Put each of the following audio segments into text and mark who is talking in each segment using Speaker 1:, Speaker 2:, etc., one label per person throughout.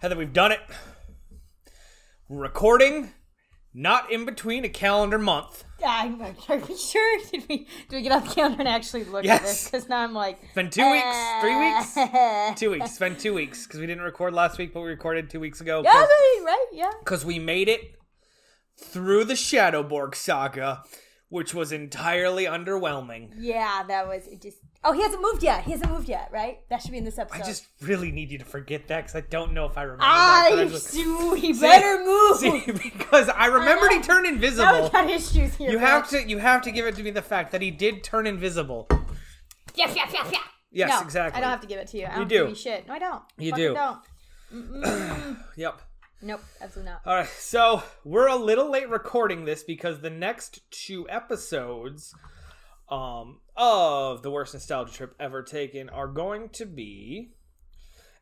Speaker 1: Heather, we've done it. We're recording, not in between a calendar month.
Speaker 2: I'm, are we sure? Did we did we get off the counter and actually look
Speaker 1: Yes.
Speaker 2: at this? Because now I'm like,
Speaker 1: It's been two weeks, three
Speaker 2: Eh.
Speaker 1: weeks, two weeks. It's been two weeks because we didn't record last week, but we recorded two weeks ago
Speaker 2: Yeah, right, right, yeah.
Speaker 1: because we made it through the Shadowborg saga, which was entirely underwhelming.
Speaker 2: Yeah, that was it. Just oh, he hasn't moved yet. He hasn't moved yet, right? That should be in this episode.
Speaker 1: I just really need you to forget that because I don't know if I remember. that, but I
Speaker 2: I
Speaker 1: was-
Speaker 2: do. Ah, He better move.
Speaker 1: See, because I remembered he turned
Speaker 2: now we
Speaker 1: invisible.
Speaker 2: got issues here.
Speaker 1: You have to, you have to give it to me the fact that he did turn invisible.
Speaker 2: Yeah, yeah, yeah, yeah.
Speaker 1: Yes,
Speaker 2: no,
Speaker 1: exactly.
Speaker 2: I don't have to give it to you. I don't
Speaker 1: do.
Speaker 2: Give you shit. No, I don't.
Speaker 1: You
Speaker 2: Fucking
Speaker 1: do.
Speaker 2: Don't.
Speaker 1: Yep.
Speaker 2: Nope, absolutely not.
Speaker 1: All right, so we're a little late recording this because the next two episodes um, of the worst nostalgia trip ever taken are going to be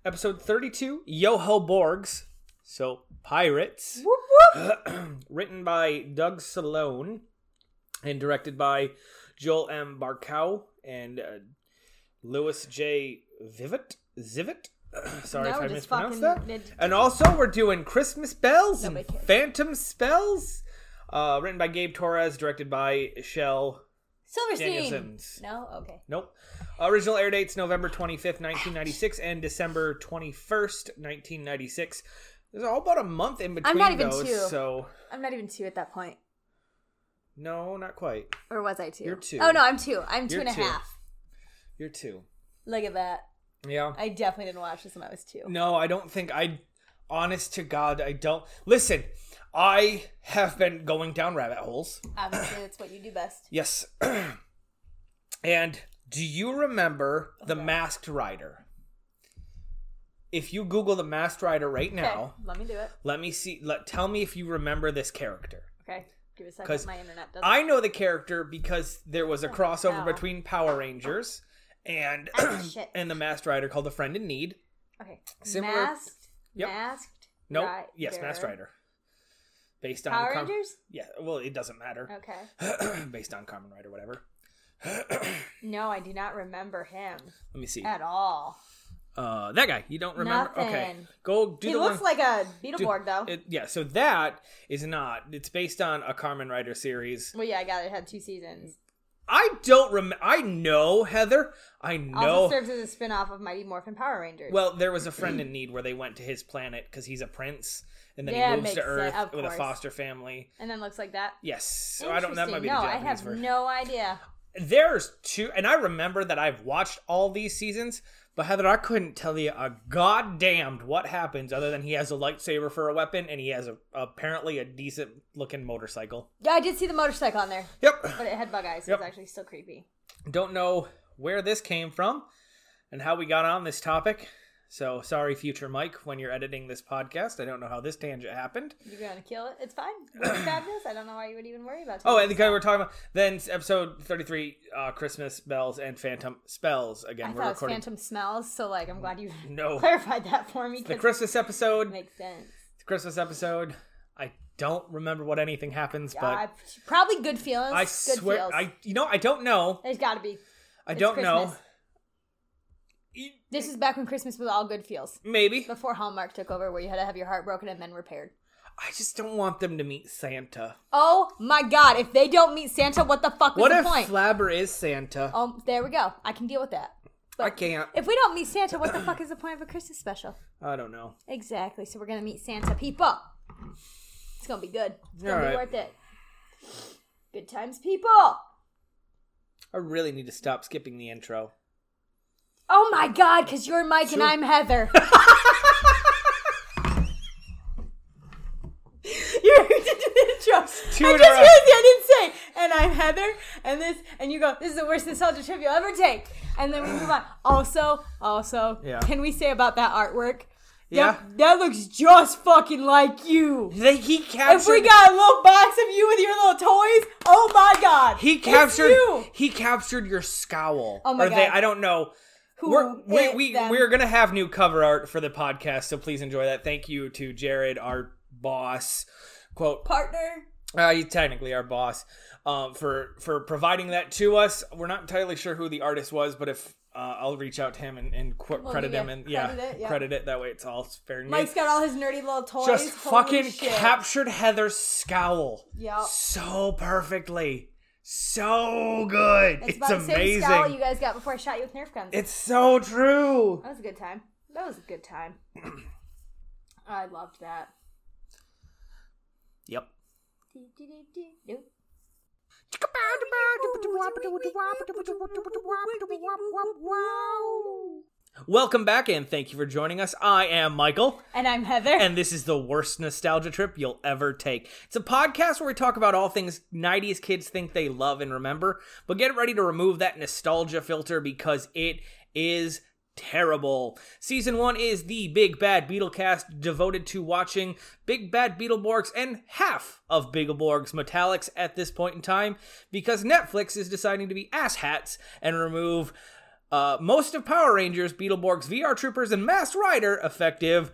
Speaker 1: episode 32, Yoho Borgs, so pirates,
Speaker 2: Whoop, whoop.
Speaker 1: written by Doug Salone and directed by Joel M. Barkow and uh, Louis J. Vivit. Zivit? Sorry
Speaker 2: now
Speaker 1: if I
Speaker 2: we're just
Speaker 1: mispronounced that.
Speaker 2: fucking. mid-
Speaker 1: And also, we're doing Christmas Bells and
Speaker 2: Nobody cares.
Speaker 1: Phantom Spells, uh, written by Gabe Torres, directed by Shell
Speaker 2: Silverstein.
Speaker 1: Danielsons.
Speaker 2: No, okay.
Speaker 1: Nope. Original air dates November 25th, 1996, and December 21st, 1996. There's all about a month in between
Speaker 2: not even
Speaker 1: those,
Speaker 2: two.
Speaker 1: so
Speaker 2: I'm not even two at that point.
Speaker 1: no, not quite.
Speaker 2: Or was I two?
Speaker 1: You're two.
Speaker 2: Oh no, I'm two. I'm two
Speaker 1: You're
Speaker 2: and a half.
Speaker 1: two. You're two.
Speaker 2: Look at that.
Speaker 1: Yeah.
Speaker 2: I definitely didn't watch this when I was two.
Speaker 1: No, I don't think I. Honest to God, I don't. Listen, I have been going down rabbit holes.
Speaker 2: Obviously, that's what you do best.
Speaker 1: Yes. and do you remember The Masked Rider? If you Google The Masked Rider right
Speaker 2: Okay,
Speaker 1: now,
Speaker 2: let me do it.
Speaker 1: let me see. Let tell me if you remember this character.
Speaker 2: Okay, give it a second.
Speaker 1: 'Cause
Speaker 2: My internet doesn't.
Speaker 1: I know the character because there was a crossover
Speaker 2: Oh, no.
Speaker 1: between Power Rangers and
Speaker 2: Ah, shit.
Speaker 1: and the Masked Rider called The Friend in Need.
Speaker 2: okay,
Speaker 1: similar-
Speaker 2: masked.
Speaker 1: Yep.
Speaker 2: Masked.
Speaker 1: No,
Speaker 2: Rider.
Speaker 1: yes, Masked Rider. Based on
Speaker 2: Power
Speaker 1: Com-
Speaker 2: Rangers.
Speaker 1: Yeah, well, it doesn't matter.
Speaker 2: Okay.
Speaker 1: Based on Common Rider, whatever.
Speaker 2: No, I do not remember him
Speaker 1: Let me see.
Speaker 2: at all.
Speaker 1: Uh, that guy. You don't remember? Okay,
Speaker 2: Nothing.
Speaker 1: go do
Speaker 2: he
Speaker 1: the
Speaker 2: looks
Speaker 1: one-
Speaker 2: like a
Speaker 1: do-
Speaker 2: Beetleborg, though.
Speaker 1: it- yeah, so that is not. It's based on a Carmen Rider series.
Speaker 2: well, yeah, I got it. it Had two seasons.
Speaker 1: I don't remember. I know Heather. I know.
Speaker 2: Also serves as a spin-off of Mighty Morphin Power Rangers.
Speaker 1: well, there was a friend in need where they went to his planet because he's a prince, and then
Speaker 2: Yeah,
Speaker 1: he moves to
Speaker 2: makes
Speaker 1: Earth
Speaker 2: sense, of
Speaker 1: with a
Speaker 2: course.
Speaker 1: foster family.
Speaker 2: and then looks like that.
Speaker 1: Yes, so I don't. That might be
Speaker 2: Interesting.
Speaker 1: the
Speaker 2: no, I
Speaker 1: Japanese
Speaker 2: have
Speaker 1: version.
Speaker 2: no idea.
Speaker 1: There's two, and I remember that I've watched all these seasons, but Heather, I couldn't tell you a goddamned what happens other than he has a lightsaber for a weapon and he has a, apparently a decent looking motorcycle.
Speaker 2: Yeah, I did see the motorcycle on there,
Speaker 1: Yep.
Speaker 2: but it had bug eyes. so
Speaker 1: Yep.
Speaker 2: It's actually still creepy.
Speaker 1: Don't know where this came from and how we got on this topic. So sorry, future Mike, when you're editing this podcast. I don't know how this tangent happened.
Speaker 2: You're gonna kill it. It's fine. We're fabulous. I don't know why you would even worry about.
Speaker 1: Oh, and the
Speaker 2: taking
Speaker 1: guy we're talking about. Then episode 33, uh, Christmas Bells and Phantom Spells. Again,
Speaker 2: I
Speaker 1: we're
Speaker 2: thought it was
Speaker 1: recording.
Speaker 2: phantom smells. So like, I'm glad you
Speaker 1: No.
Speaker 2: clarified that for me.
Speaker 1: The
Speaker 2: 'cause
Speaker 1: Christmas
Speaker 2: it
Speaker 1: episode.
Speaker 2: makes sense.
Speaker 1: Christmas episode. I don't remember what anything happens,
Speaker 2: I, probably good feelings.
Speaker 1: but I
Speaker 2: good
Speaker 1: swear,
Speaker 2: feels.
Speaker 1: I you know I don't know.
Speaker 2: There's got to be.
Speaker 1: I
Speaker 2: It's
Speaker 1: don't know.
Speaker 2: Christmas.
Speaker 1: E-
Speaker 2: This is back when Christmas was all good feels.
Speaker 1: Maybe
Speaker 2: Before Hallmark took over, where you had to have your heart broken and then repaired.
Speaker 1: I just don't want them to meet Santa.
Speaker 2: Oh my God! If they don't meet Santa, what the fuck was
Speaker 1: What
Speaker 2: the
Speaker 1: if
Speaker 2: point?
Speaker 1: Flabber is Santa?
Speaker 2: oh, there we go. I can deal with that.
Speaker 1: I can't.
Speaker 2: If we don't meet Santa, what the fuck is the point of a Christmas special?
Speaker 1: I don't know.
Speaker 2: Exactly. So we're gonna meet Santa people. It's gonna be good. It's gonna be
Speaker 1: Alright.
Speaker 2: worth it. Good times, people.
Speaker 1: I really need to stop skipping the intro.
Speaker 2: Oh my God, because you're Mike
Speaker 1: Sure.
Speaker 2: and I'm Heather. You're who did the intro.
Speaker 1: two
Speaker 2: I
Speaker 1: in a row.
Speaker 2: just realized I didn't say, and I'm Heather, and this, and you go, this is the worst nostalgia trip you'll ever take. And then we move on. Also, also,
Speaker 1: Yeah.
Speaker 2: can we say about that artwork?
Speaker 1: Yeah.
Speaker 2: That, that looks just fucking like you.
Speaker 1: They, he
Speaker 2: If
Speaker 1: captured.
Speaker 2: we got a little box of you with your little toys, oh my god.
Speaker 1: he
Speaker 2: it's
Speaker 1: captured.
Speaker 2: you.
Speaker 1: He captured your scowl.
Speaker 2: Oh my
Speaker 1: or They,
Speaker 2: God.
Speaker 1: I don't know.
Speaker 2: Who
Speaker 1: We're, we,
Speaker 2: is
Speaker 1: we,
Speaker 2: them?
Speaker 1: we're gonna have new cover art for the podcast, so please enjoy that. Thank you to Jared, our boss, quote
Speaker 2: partner.
Speaker 1: Uh, he's technically our boss um, for for providing that to us. We're not entirely sure who the artist was, but if uh, I'll reach out to him and, and qu-
Speaker 2: Well,
Speaker 1: credit
Speaker 2: yeah,
Speaker 1: him and yeah,
Speaker 2: credit it, yeah.
Speaker 1: credit it. That way, it's all fair and
Speaker 2: Mike's got all his nerdy little toys.
Speaker 1: just
Speaker 2: Holy
Speaker 1: fucking
Speaker 2: shit.
Speaker 1: captured Heather's scowl
Speaker 2: Yep.
Speaker 1: so perfectly, so good.
Speaker 2: It's,
Speaker 1: It's,
Speaker 2: about the same
Speaker 1: amazing.
Speaker 2: scowl you guys got before I shot you with Nerf guns.
Speaker 1: it's so true.
Speaker 2: that was a good time. That was a good time. I loved that.
Speaker 1: Yep.
Speaker 2: Nope.
Speaker 1: Welcome back and thank you for joining us. I am Michael.
Speaker 2: And I'm Heather.
Speaker 1: and this is the worst nostalgia trip you'll ever take. It's a podcast where we talk about all things 90s kids think they love and remember, but get ready to remove that nostalgia filter because it is terrible. Season 1 is the Big Bad Beetlecast devoted to watching Big Bad Beetleborgs and half of Beetleborgs Metallics at this point in time because Netflix is deciding to be asshats and remove uh, most of Power Rangers, Beetleborgs, VR Troopers, and Mass Rider effective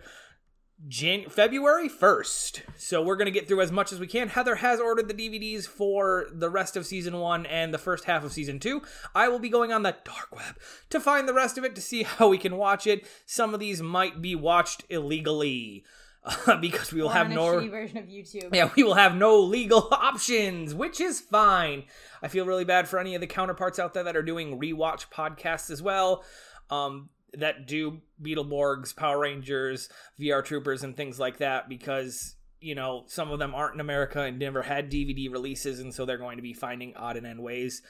Speaker 1: Jan- February 1st. So we're going to get through as much as we can. Heather has ordered the DVDs for the rest of season 1 and the first half of season 2. I will be going on the dark web to find the rest of it to see how we can watch it. Some of these might be watched illegally because we will
Speaker 2: We're
Speaker 1: have
Speaker 2: on a
Speaker 1: no
Speaker 2: shitty version of YouTube.
Speaker 1: yeah, we will have no legal options, which is fine. I feel really bad for any of the counterparts out there that are doing rewatch podcasts as well, um, that do Beetleborgs, Power Rangers, VR Troopers, and things like that, because you know some of them aren't in America and never had DVD releases, and so they're going to be finding odd and end ways.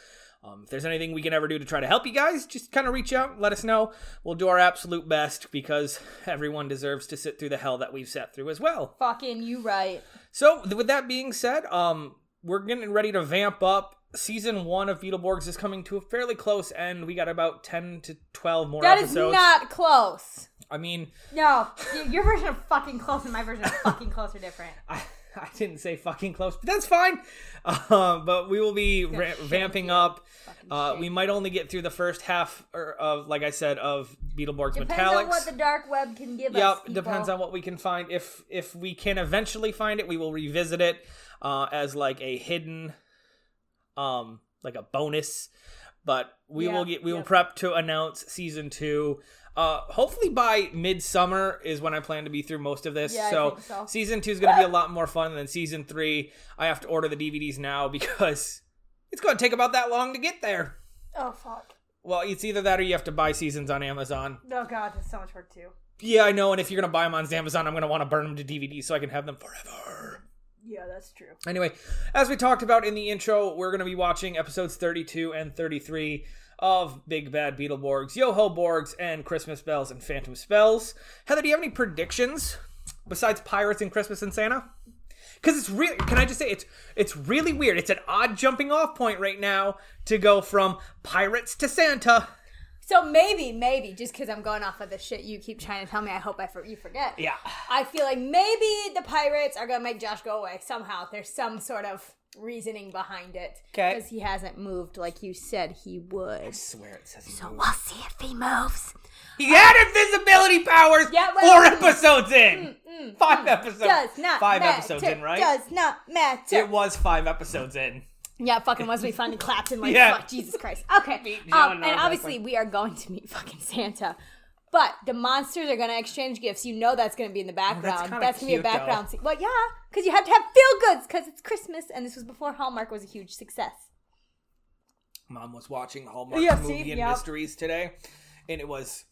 Speaker 1: Um, if there's anything we can ever do to try to help you guys, just kind of reach out, let us know. We'll do our absolute best because everyone deserves to sit through the hell that we've sat through as well.
Speaker 2: Fucking you right.
Speaker 1: So th- with that being said, um, we're getting ready to vamp up. Season one of Beetleborgs is coming to a fairly close end. We got about ten to twelve more
Speaker 2: That is
Speaker 1: episodes.
Speaker 2: not close.
Speaker 1: I mean,
Speaker 2: No, y- your version of fucking close and my version of fucking close are different.
Speaker 1: I, I didn't say fucking close, but that's fine. Uh, but we will be ra- vamping up. Uh, we might only get through the first half or of, like I said, of Beetleborgs
Speaker 2: Depends
Speaker 1: Metallics.
Speaker 2: on what the dark web can give us.
Speaker 1: Yep,
Speaker 2: people.
Speaker 1: depends on what we can find. If if we can eventually find it, we will revisit it uh, as like a hidden, um, like a bonus. But we
Speaker 2: Yeah,
Speaker 1: will get we will
Speaker 2: yep.
Speaker 1: prep to announce season two. Uh, hopefully by midsummer is when I plan to be through most of this.
Speaker 2: Yeah, I
Speaker 1: so,
Speaker 2: think so.
Speaker 1: season two is going to be a lot more fun than season three. I have to order the DVDs now because it's going to take about that long to get there.
Speaker 2: Oh fuck.
Speaker 1: Well, it's either that or you have to buy seasons on Amazon.
Speaker 2: Oh god, that's so much work too.
Speaker 1: Yeah, I know. And if you're gonna buy them on Amazon, I'm gonna want to burn them to DVD so I can have them forever.
Speaker 2: Yeah, that's true.
Speaker 1: Anyway, as we talked about in the intro, we're gonna be watching episodes 32 and 33 of Big Bad Beetleborgs, Yo-Ho Borgs, and Christmas Bells and Phantom Spells. Heather, do you have any predictions besides Pirates and Christmas and Santa? Because it's really, can I just say it's it's really weird. It's an odd jumping off point right now to go from pirates to Santa.
Speaker 2: So maybe, maybe just because I'm going off of the shit you keep trying to tell me, I hope I for- you forget.
Speaker 1: Yeah,
Speaker 2: I feel like maybe the pirates are gonna make Josh go away somehow. There's some sort of reasoning behind it
Speaker 1: 'Kay.
Speaker 2: because he hasn't moved like you said he would.
Speaker 1: swear it says.
Speaker 2: So we'll see if he moves.
Speaker 1: He had invisibility powers
Speaker 2: Yeah, well- mm,
Speaker 1: four episodes in. five episodes.
Speaker 2: Does not
Speaker 1: five
Speaker 2: matter.
Speaker 1: episodes in, right?
Speaker 2: Does not matter.
Speaker 1: It was five episodes in.
Speaker 2: Yeah, it fucking was. We finally clapped and like,
Speaker 1: Yeah.
Speaker 2: fuck, Jesus Christ. Okay.
Speaker 1: John
Speaker 2: Um,
Speaker 1: Oliver,
Speaker 2: and obviously,
Speaker 1: like-
Speaker 2: we are going to meet fucking Santa. But the monsters are going to exchange gifts. You know that's going to be in the background.
Speaker 1: Oh, kinda
Speaker 2: that's going to be a
Speaker 1: cute, though.
Speaker 2: background scene. Well, yeah, because you have to have feel goods because it's Christmas, and this was before Hallmark was a huge success.
Speaker 1: Mom was watching Hallmark
Speaker 2: Yeah, see,
Speaker 1: movie and
Speaker 2: yeah.
Speaker 1: mysteries today, and it was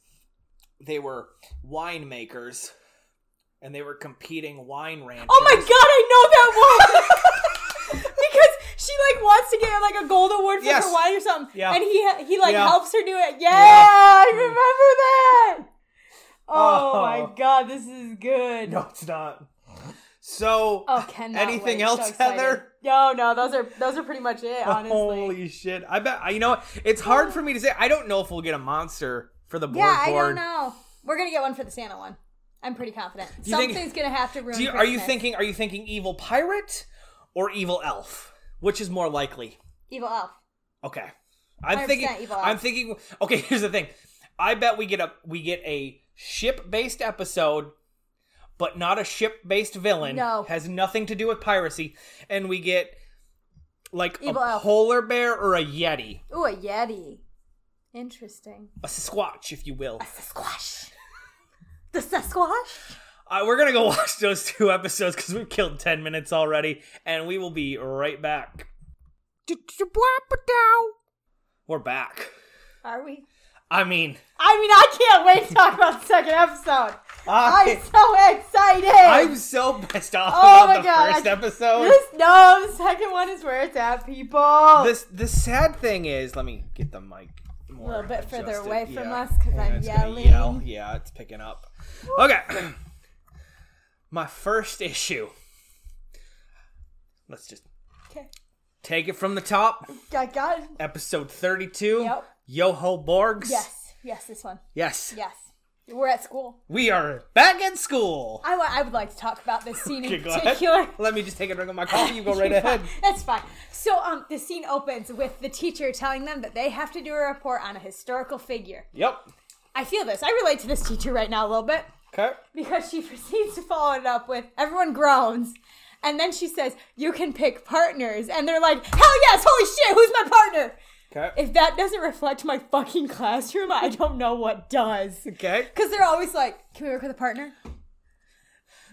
Speaker 1: they were winemakers, and they were competing wine ranchers.
Speaker 2: Oh my god, I know that one! because she like wants to get like a gold award for
Speaker 1: Yes.
Speaker 2: her wine or something.
Speaker 1: Yeah.
Speaker 2: And he he like
Speaker 1: Yeah.
Speaker 2: helps her do it. Yeah,
Speaker 1: Yeah.
Speaker 2: I remember that. Oh,
Speaker 1: Oh.
Speaker 2: my god, this is good.
Speaker 1: No, it's not. So
Speaker 2: Oh, cannot
Speaker 1: anything
Speaker 2: wait. So
Speaker 1: else,
Speaker 2: excited.
Speaker 1: Heather?
Speaker 2: No, no, those are those are pretty much it, honestly.
Speaker 1: Holy shit! I bet I- you know what? it's hard for me to say. I don't know if we'll get a monster for the board
Speaker 2: yeah, I
Speaker 1: board.
Speaker 2: don't know. We're gonna get one for the Santa one. I'm pretty confident.
Speaker 1: you think-
Speaker 2: Something's gonna have to ruin.
Speaker 1: Do you, are you
Speaker 2: Christmas.
Speaker 1: thinking? Are you thinking evil pirate or evil elf? Which is more likely?
Speaker 2: evil elf?
Speaker 1: Okay, I'm
Speaker 2: 100%
Speaker 1: thinking.
Speaker 2: evil elf.
Speaker 1: I'm thinking. Okay, here's the thing. I bet we get a we get a ship based episode, but not a ship based villain.
Speaker 2: No.
Speaker 1: has nothing to do with piracy, and we get like
Speaker 2: Evil
Speaker 1: a
Speaker 2: elf.
Speaker 1: polar bear or a yeti.
Speaker 2: Ooh, a yeti. Interesting.
Speaker 1: a Sasquatch, if you will.
Speaker 2: A Sasquatch. The Sasquatch?
Speaker 1: Uh, we're gonna go watch those two episodes because we've killed ten minutes already, and we will be right back. We're back.
Speaker 2: Are we?
Speaker 1: I mean,
Speaker 2: I mean, I can't wait to talk about the second episode. I'm
Speaker 1: I,
Speaker 2: so excited.
Speaker 1: I'm so pissed off
Speaker 2: Oh my
Speaker 1: about the
Speaker 2: God,
Speaker 1: first
Speaker 2: I-
Speaker 1: episode.
Speaker 2: This no, the second one is where it's at, people.
Speaker 1: This the sad thing is, let me get the mic more
Speaker 2: Little bit further
Speaker 1: adjusted.
Speaker 2: away from
Speaker 1: Yeah.
Speaker 2: us 'cause
Speaker 1: E Yeah,
Speaker 2: I'm
Speaker 1: it's gonna E
Speaker 2: yelling.
Speaker 1: yell. Yeah, it's picking up. Okay, my first issue. Let's just
Speaker 2: Okay.
Speaker 1: take it from the top.
Speaker 2: I got it.
Speaker 1: Episode thirty-two.
Speaker 2: Yep.
Speaker 1: Yoho Borgs.
Speaker 2: Yes, yes, this one.
Speaker 1: Yes.
Speaker 2: Yes. We're at school.
Speaker 1: We are back in school.
Speaker 2: I, wa- I would like to talk about this scene
Speaker 1: Okay,
Speaker 2: in
Speaker 1: go ahead.
Speaker 2: particular.
Speaker 1: Let me just take a drink of my coffee. You go right
Speaker 2: You're
Speaker 1: ahead.
Speaker 2: fine. That's fine. So, um, the scene opens with the teacher telling them that they have to do a report on a historical figure.
Speaker 1: Yep.
Speaker 2: I feel this. I relate to this teacher right now a little bit
Speaker 1: Okay.
Speaker 2: because she proceeds to follow it up with everyone groans. And then she says, You can pick partners. And they're like, Hell yes, holy shit, who's my partner?
Speaker 1: Okay.
Speaker 2: If that doesn't reflect my fucking classroom, I don't know what does.
Speaker 1: Okay.
Speaker 2: Because they're always like, Can we work with a partner?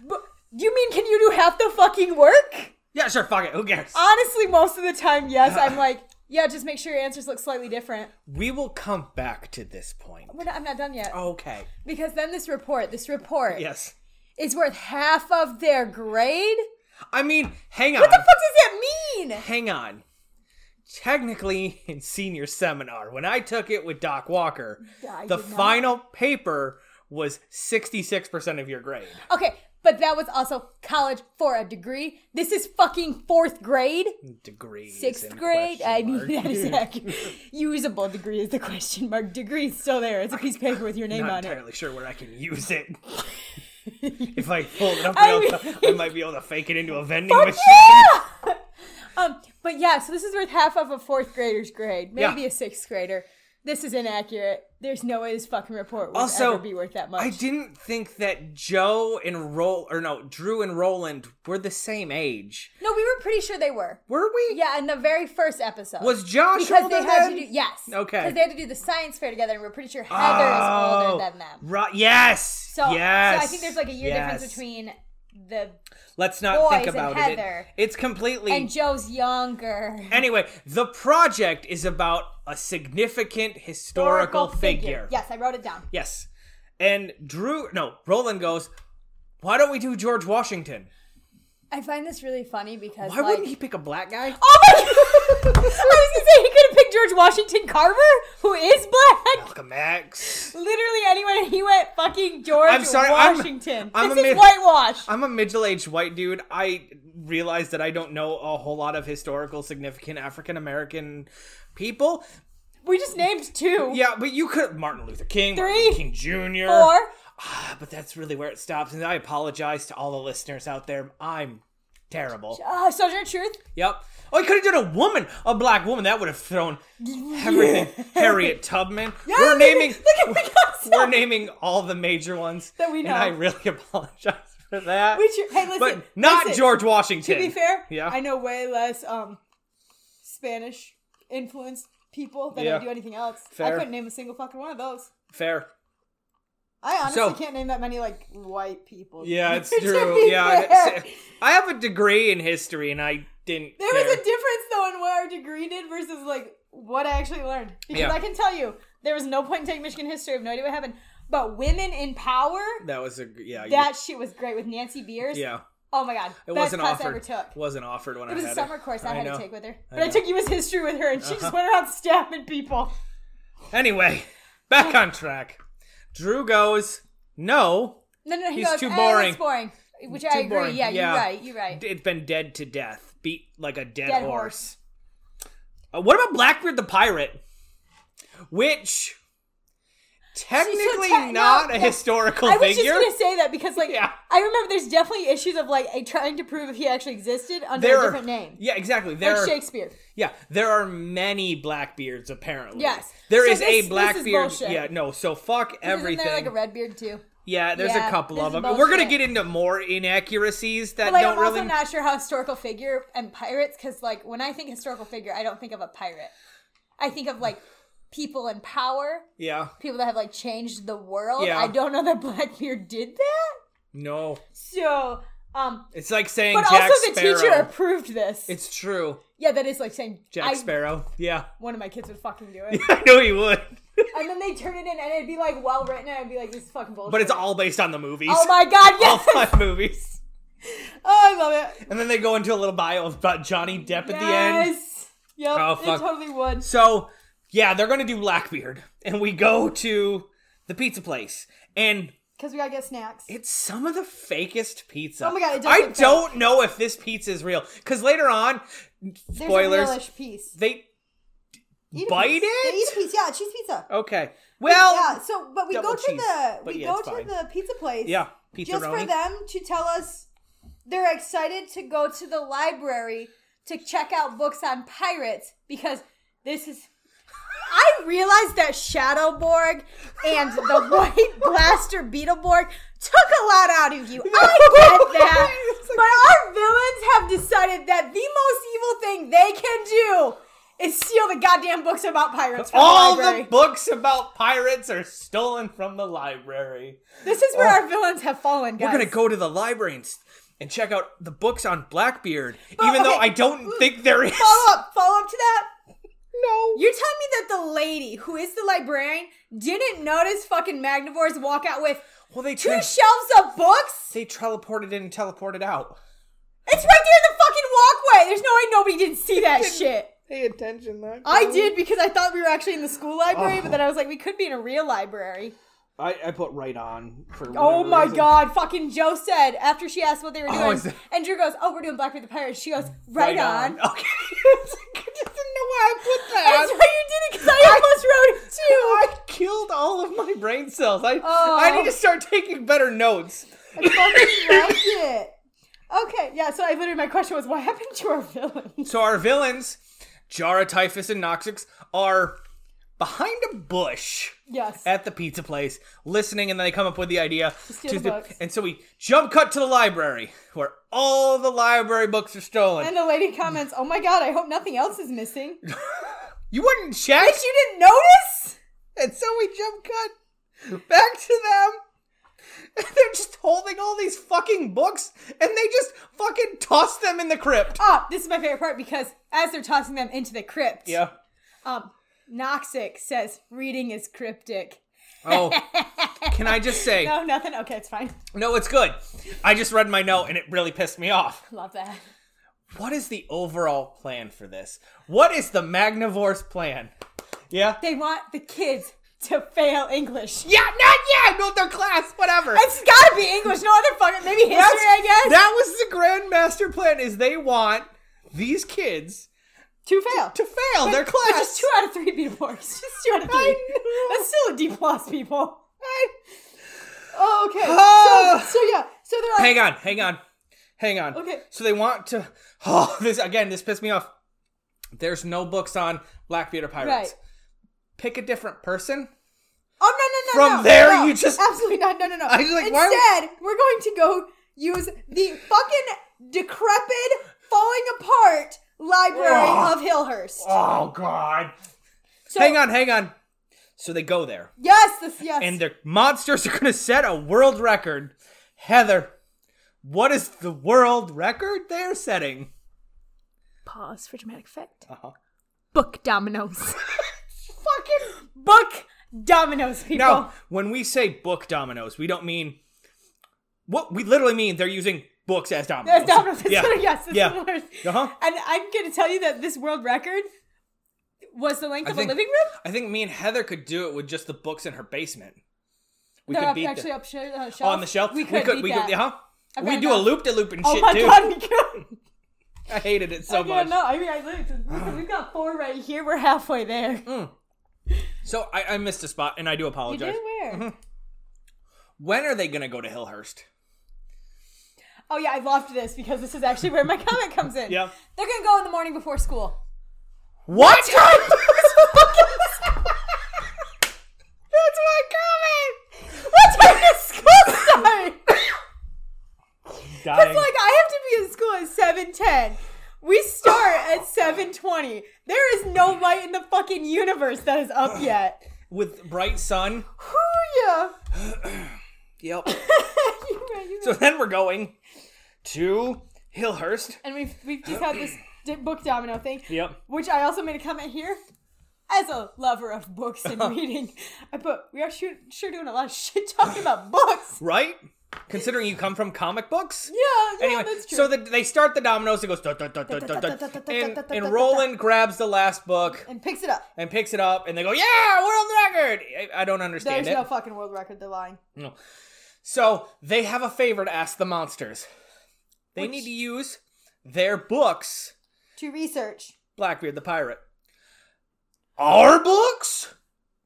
Speaker 2: But you mean, can you do half the fucking work?
Speaker 1: Yeah, sure. Fuck it. Who cares?
Speaker 2: Honestly, most of the time, yes. I'm like, Yeah, just make sure your answers look slightly different.
Speaker 1: we will come back to this point.
Speaker 2: We're not, I'm not done yet.
Speaker 1: Okay.
Speaker 2: Because then this report, this report
Speaker 1: Yes.
Speaker 2: is worth half of their grade?
Speaker 1: I mean, hang on.
Speaker 2: What the fuck does that mean?
Speaker 1: Hang on. Technically, in senior seminar, when I took it with Doc Walker,
Speaker 2: I
Speaker 1: the
Speaker 2: did not.
Speaker 1: final paper was 66% of your grade.
Speaker 2: Okay, but that was also college for a degree. This is fucking fourth grade,
Speaker 1: Degree. is
Speaker 2: sixth
Speaker 1: in
Speaker 2: grade.
Speaker 1: question
Speaker 2: I mean,
Speaker 1: mark.
Speaker 2: that is accurate. Usable degree is the question mark. Degree's still there. It's a piece of paper with your name
Speaker 1: not
Speaker 2: on it.
Speaker 1: entirely sure where I can use it. if I fold it up,
Speaker 2: I
Speaker 1: I, I
Speaker 2: mean-
Speaker 1: might be able to fake it into a vending machine.
Speaker 2: Um, but yeah, so this is worth half of a fourth grader's grade, maybe
Speaker 1: Yeah.
Speaker 2: a sixth grader. This is inaccurate. There's no way this fucking report would
Speaker 1: Also,
Speaker 2: ever be worth that much.
Speaker 1: I didn't think that Joe and Roll or no, Drew and Roland were the same age.
Speaker 2: no, we were pretty sure they were.
Speaker 1: Were we?
Speaker 2: Yeah, in the very first episode.
Speaker 1: Was Josh
Speaker 2: because
Speaker 1: older
Speaker 2: they had
Speaker 1: then?
Speaker 2: to do yes.
Speaker 1: Okay.
Speaker 2: Because they had to do the science fair together, and we're pretty sure Heather is older than them.
Speaker 1: Right. Oh, Yes.
Speaker 2: So,
Speaker 1: yes.
Speaker 2: so I think there's like a year
Speaker 1: yes.
Speaker 2: difference between the
Speaker 1: Let's not think
Speaker 2: boys and
Speaker 1: about it. It-
Speaker 2: Heather.
Speaker 1: It's completely.
Speaker 2: and Joe's younger.
Speaker 1: anyway, the project is about a significant historical, figure.
Speaker 2: Yes, I wrote it down.
Speaker 1: Yes. And Drew, no, Roland goes, why don't we do George Washington?
Speaker 2: I find this really funny because
Speaker 1: Why
Speaker 2: like,
Speaker 1: wouldn't he pick a black guy?
Speaker 2: Oh my god! I was gonna say he could have picked George Washington Carver, who is black.
Speaker 1: Malcolm X.
Speaker 2: Literally anyone, and he went fucking George
Speaker 1: I'm sorry, I'm-
Speaker 2: Washington.
Speaker 1: I'm
Speaker 2: this
Speaker 1: a
Speaker 2: is
Speaker 1: mid-
Speaker 2: whitewash.
Speaker 1: I'm a middle aged white dude. I realize that I don't know a whole lot of historical significant African American people.
Speaker 2: we just named two.
Speaker 1: Yeah, but you could Martin Luther King, Martin
Speaker 2: Three.
Speaker 1: Luther King Jr.
Speaker 2: Four.
Speaker 1: Ah, but that's really where it stops. And I apologize to all the listeners out there. I'm terrible.
Speaker 2: Uh, Sojourner Truth.
Speaker 1: Yep. Oh, he could have done a woman, a black woman. That would have thrown everything. Harriet Tubman.
Speaker 2: look
Speaker 1: we're
Speaker 2: at-
Speaker 1: naming.
Speaker 2: Look at Picasso.
Speaker 1: We're naming all the major ones
Speaker 2: That we know.
Speaker 1: And I really apologize for that.
Speaker 2: We should- hey, listen,
Speaker 1: but not
Speaker 2: listen.
Speaker 1: George Washington.
Speaker 2: To be fair,
Speaker 1: Yeah.
Speaker 2: I know way less um, Spanish influenced people than
Speaker 1: Yeah.
Speaker 2: I do anything else. I
Speaker 1: Fair.
Speaker 2: couldn't name a single fucking one of those.
Speaker 1: Fair.
Speaker 2: I honestly
Speaker 1: So-
Speaker 2: can't name that many like white people.
Speaker 1: Yeah, it's
Speaker 2: To
Speaker 1: true.
Speaker 2: be
Speaker 1: Yeah,
Speaker 2: fair.
Speaker 1: it's- I have a degree in history, and I didn't.
Speaker 2: There
Speaker 1: care.
Speaker 2: was a difference though in what our degree did versus like what I actually learned. Because
Speaker 1: Yeah.
Speaker 2: I can tell you, there was no point in taking Michigan history. I have no idea what happened. But women in power,
Speaker 1: that was a yeah. you-
Speaker 2: that shit was great with Nancy Beers.
Speaker 1: yeah.
Speaker 2: Oh my god,
Speaker 1: It
Speaker 2: best
Speaker 1: wasn't
Speaker 2: class
Speaker 1: offered.
Speaker 2: I ever took.
Speaker 1: Wasn't offered when
Speaker 2: It
Speaker 1: I
Speaker 2: was
Speaker 1: had
Speaker 2: a summer course I, had
Speaker 1: know.
Speaker 2: to take with her.
Speaker 1: I
Speaker 2: But I,
Speaker 1: know. Uh-huh.
Speaker 2: took U.S. history with her, and she just went around stabbing people.
Speaker 1: Anyway, back on track. Drew goes, no,
Speaker 2: No, no, he
Speaker 1: He's
Speaker 2: goes,
Speaker 1: too
Speaker 2: "Eh,
Speaker 1: boring.
Speaker 2: it's boring. Which I
Speaker 1: Too
Speaker 2: agree.
Speaker 1: boring.
Speaker 2: Yeah,
Speaker 1: Yeah.
Speaker 2: you're right. You're right.
Speaker 1: it's been dead to death, beat like a dead,
Speaker 2: Dead
Speaker 1: horse. Uh, what about Blackbeard the pirate? Which technically
Speaker 2: te- no,
Speaker 1: not a
Speaker 2: yeah.
Speaker 1: historical
Speaker 2: I was
Speaker 1: figure.
Speaker 2: just gonna say that because, like,
Speaker 1: Yeah.
Speaker 2: I remember there's definitely issues of like a- trying to prove if he actually existed under
Speaker 1: There
Speaker 2: a
Speaker 1: are-
Speaker 2: different name,
Speaker 1: Yeah, exactly. There
Speaker 2: like
Speaker 1: are,
Speaker 2: Shakespeare.
Speaker 1: yeah, there are many Blackbeards apparently.
Speaker 2: Yes.
Speaker 1: there
Speaker 2: So
Speaker 1: is
Speaker 2: this- this
Speaker 1: a
Speaker 2: is
Speaker 1: Blackbeard.
Speaker 2: bullshit.
Speaker 1: Yeah, no. So fuck everything.
Speaker 2: Isn't there like a red beard too?
Speaker 1: yeah, there's a
Speaker 2: Yeah,
Speaker 1: couple
Speaker 2: this
Speaker 1: of
Speaker 2: is
Speaker 1: them. We're gonna
Speaker 2: bullshit.
Speaker 1: get into more inaccuracies that
Speaker 2: But like,
Speaker 1: don't
Speaker 2: I'm also
Speaker 1: really
Speaker 2: not sure how historical figure and pirates, because like when I think historical figure, I don't think of a pirate. I think of like people in power,
Speaker 1: Yeah.
Speaker 2: people that have like changed the world.
Speaker 1: Yeah.
Speaker 2: I don't know that Blackbeard did that.
Speaker 1: No.
Speaker 2: So, um,
Speaker 1: It's like saying
Speaker 2: but
Speaker 1: Jack
Speaker 2: also the
Speaker 1: Sparrow.
Speaker 2: teacher approved this.
Speaker 1: It's true.
Speaker 2: yeah, that is like saying
Speaker 1: Jack
Speaker 2: I,
Speaker 1: Sparrow. Yeah.
Speaker 2: one of my kids would fucking do it,
Speaker 1: I know he would.
Speaker 2: and then they turn it in, and it'd be like well written, and I'd be like, this is fucking bullshit.
Speaker 1: But it's all based on the movies.
Speaker 2: oh my god,
Speaker 1: all
Speaker 2: yes,
Speaker 1: five movies.
Speaker 2: oh, I love it.
Speaker 1: And then they go into a little bio about Johnny Depp at the end.
Speaker 2: yes, yep,
Speaker 1: Oh,
Speaker 2: it
Speaker 1: fuck.
Speaker 2: totally would.
Speaker 1: So, yeah, they're going to do Blackbeard. And we go to the pizza place. And
Speaker 2: Because we gotta get snacks.
Speaker 1: It's some of the fakest pizza.
Speaker 2: Oh my God, it does
Speaker 1: I
Speaker 2: look fake.
Speaker 1: don't know if this pizza is real because later on,
Speaker 2: There's a
Speaker 1: spoilers,
Speaker 2: realish piece.
Speaker 1: they
Speaker 2: Eat a
Speaker 1: bite
Speaker 2: piece.
Speaker 1: it?
Speaker 2: Yeah, eat a piece. Yeah, cheese pizza.
Speaker 1: okay. Well,
Speaker 2: yeah. So, but we go
Speaker 1: double
Speaker 2: to
Speaker 1: cheese,
Speaker 2: the
Speaker 1: but
Speaker 2: we
Speaker 1: yeah,
Speaker 2: go
Speaker 1: it's
Speaker 2: to
Speaker 1: fine.
Speaker 2: the pizza place.
Speaker 1: yeah, pizza
Speaker 2: just for them to tell us they're excited to go to the library to check out books on pirates because this is. I realized that Shadowborg and the White Blaster Beetleborg took a lot out of you. I get that.
Speaker 1: It's
Speaker 2: But our villains have decided that the most evil thing they can do is steal the goddamn books about pirates from
Speaker 1: All
Speaker 2: the library.
Speaker 1: the books about pirates are stolen from the library.
Speaker 2: this is where our villains have fallen, guys.
Speaker 1: Oh. We're gonna go to the library and, s- and check out the books on Blackbeard,
Speaker 2: But,
Speaker 1: even though
Speaker 2: okay, Mm.
Speaker 1: I don't think there is.
Speaker 2: follow up. Follow up to that.
Speaker 1: No.
Speaker 2: You're telling me that the lady who is the librarian didn't notice fucking Magnivores walk out with
Speaker 1: well, they
Speaker 2: two
Speaker 1: tra-
Speaker 2: shelves of books?
Speaker 1: they teleported in and teleported out.
Speaker 2: It's right there in the fucking walkway. There's no way nobody didn't see that shit.
Speaker 1: Pay attention, that
Speaker 2: I did because I thought we were actually in the school library, but then I was like, we could be in a real library.
Speaker 1: I, I put right on for.
Speaker 2: Oh
Speaker 1: whatever
Speaker 2: my
Speaker 1: reason.
Speaker 2: god, fucking Joe said after she asked what they were doing.
Speaker 1: is that-
Speaker 2: and Drew goes, Oh, we're doing Blackbeard the Pirate. She goes, Oh, Right, on.
Speaker 1: Okay. I just didn't know why I put
Speaker 2: That's why
Speaker 1: that.
Speaker 2: you did it because I almost wrote it too.
Speaker 1: I killed all of my brain cells. I
Speaker 2: Oh.
Speaker 1: I need to start taking better notes.
Speaker 2: I fucking like it. Okay, yeah, so I literally, my question was, what happened to our villains?
Speaker 1: So our villains, Jara, Typhus, and Noxix, are behind a bush
Speaker 2: Yes.
Speaker 1: at the pizza place, listening, and then they come up with the idea
Speaker 2: steal the books.
Speaker 1: And so we jump cut to the library, where all the library books are stolen.
Speaker 2: And the lady comments, oh my god, I hope nothing else is missing. Bitch,
Speaker 1: you wouldn't check.
Speaker 2: you didn't notice?
Speaker 1: And so we jump cut back to them. And they're just holding all these fucking books and they just fucking toss them in the crypt.
Speaker 2: Oh, this is my favorite part because as they're tossing them into the crypt,
Speaker 1: Yeah.
Speaker 2: um, Noxic says, reading is cryptic.
Speaker 1: Oh. Can I just say, no.
Speaker 2: No, nothing? Okay, it's fine.
Speaker 1: it's good. I just read my note and it really pissed me off.
Speaker 2: Love that.
Speaker 1: What is the overall plan for this? What is the Magnivore's plan? Yeah?
Speaker 2: They want the kids to fail English.
Speaker 1: Yeah, not yeah, not their class, whatever.
Speaker 2: It's gotta be English, no other fucking, maybe history,
Speaker 1: That's-
Speaker 2: I guess.
Speaker 1: That was the grand master plan is they want these kids
Speaker 2: to fail.
Speaker 1: to fail their class.
Speaker 2: Which is two out of three beat boards. Just two out of
Speaker 1: I
Speaker 2: three.
Speaker 1: know.
Speaker 2: That's still a D plus, people. Oh, okay.
Speaker 1: Oh.
Speaker 2: So, so yeah. So they're like,
Speaker 1: hang on, hang on, hang on.
Speaker 2: Okay.
Speaker 1: So they want to. Oh, this again. This pissed me off. There's no books on Black Theater Pirates.
Speaker 2: Right.
Speaker 1: Pick a different person.
Speaker 2: oh no no no.
Speaker 1: From
Speaker 2: no,
Speaker 1: there,
Speaker 2: no,
Speaker 1: you just-
Speaker 2: absolutely not. No no no.
Speaker 1: I was like,
Speaker 2: Instead,
Speaker 1: why would-
Speaker 2: we're going to go use the fucking decrepit, falling apart library
Speaker 1: Ugh.
Speaker 2: of Hillhurst.
Speaker 1: Oh God.
Speaker 2: So,
Speaker 1: hang on, hang on. So they go there,
Speaker 2: Yes, this, yes.
Speaker 1: and the monsters are gonna set a world record. Heather, what is the world record they're setting?
Speaker 2: pause for dramatic effect.
Speaker 1: Uh-huh.
Speaker 2: Book dominoes.
Speaker 1: Fucking
Speaker 2: Book dominoes, people.
Speaker 1: now. When we say book dominoes, we don't mean what we literally mean. They're using books as dominoes.
Speaker 2: Yes, dominoes.
Speaker 1: Yeah.
Speaker 2: yes, it's
Speaker 1: Yeah.
Speaker 2: the worst.
Speaker 1: Uh-huh.
Speaker 2: And I'm going to tell you that this world record was the length
Speaker 1: I
Speaker 2: of
Speaker 1: think-
Speaker 2: a living room.
Speaker 1: I think me and Heather could do it with just the books in her basement. We
Speaker 2: They're
Speaker 1: could
Speaker 2: up,
Speaker 1: beat
Speaker 2: actually
Speaker 1: the, Oh,
Speaker 2: up sh- uh, shelf.
Speaker 1: on the shelf.
Speaker 2: We could. beat
Speaker 1: we
Speaker 2: that.
Speaker 1: could, huh?
Speaker 2: I've
Speaker 1: We
Speaker 2: got
Speaker 1: do a
Speaker 2: enough.
Speaker 1: loop de loop and
Speaker 2: Oh
Speaker 1: shit
Speaker 2: my
Speaker 1: too.
Speaker 2: god, we could.
Speaker 1: I hated it so
Speaker 2: I
Speaker 1: much.
Speaker 2: don't know. I mean, I listen, listen, we've got four right here. We're halfway there.
Speaker 1: Mm-hmm. So I, I missed a spot, and I do
Speaker 2: You
Speaker 1: apologize.
Speaker 2: did where?
Speaker 1: Mm-hmm. When are they gonna go to Hillhurst?
Speaker 2: Oh yeah, I loved this because this is actually where my comment comes in.
Speaker 1: Yeah.
Speaker 2: They're gonna go in the morning before school.
Speaker 1: What?
Speaker 2: That's my comment. What time does school start?
Speaker 1: Dying.
Speaker 2: It's like I have to be in school at seven ten. We start at 7:20. There is no light in the fucking universe that is up yet.
Speaker 1: with bright sun.
Speaker 2: Whoo yeah.
Speaker 1: Yep.
Speaker 2: You're right, you're
Speaker 1: so
Speaker 2: right.
Speaker 1: then we're going to Hillhurst.
Speaker 2: And we've we've just had this di- book domino thing,
Speaker 1: Yep.
Speaker 2: which I also made a comment here. As a lover of books and reading, I put we are sure, sure doing a lot of shit talking about books.
Speaker 1: Right? Considering you come from comic books?
Speaker 2: Yeah, yeah,
Speaker 1: Anyway,
Speaker 2: that's true.
Speaker 1: so the, they start the dominoes. It goes dun, dun, dun, dun, dun, dun, and, and Roland grabs the last book
Speaker 2: and picks it up.
Speaker 1: and picks it up, and they go, "Yeah, world record!" I, I don't understand
Speaker 2: There's
Speaker 1: it.
Speaker 2: no fucking world record. They're lying.
Speaker 1: No. So they have a favor to ask the monsters. They
Speaker 2: Which-
Speaker 1: need to use their books.
Speaker 2: To research.
Speaker 1: Blackbeard the pirate. Our books?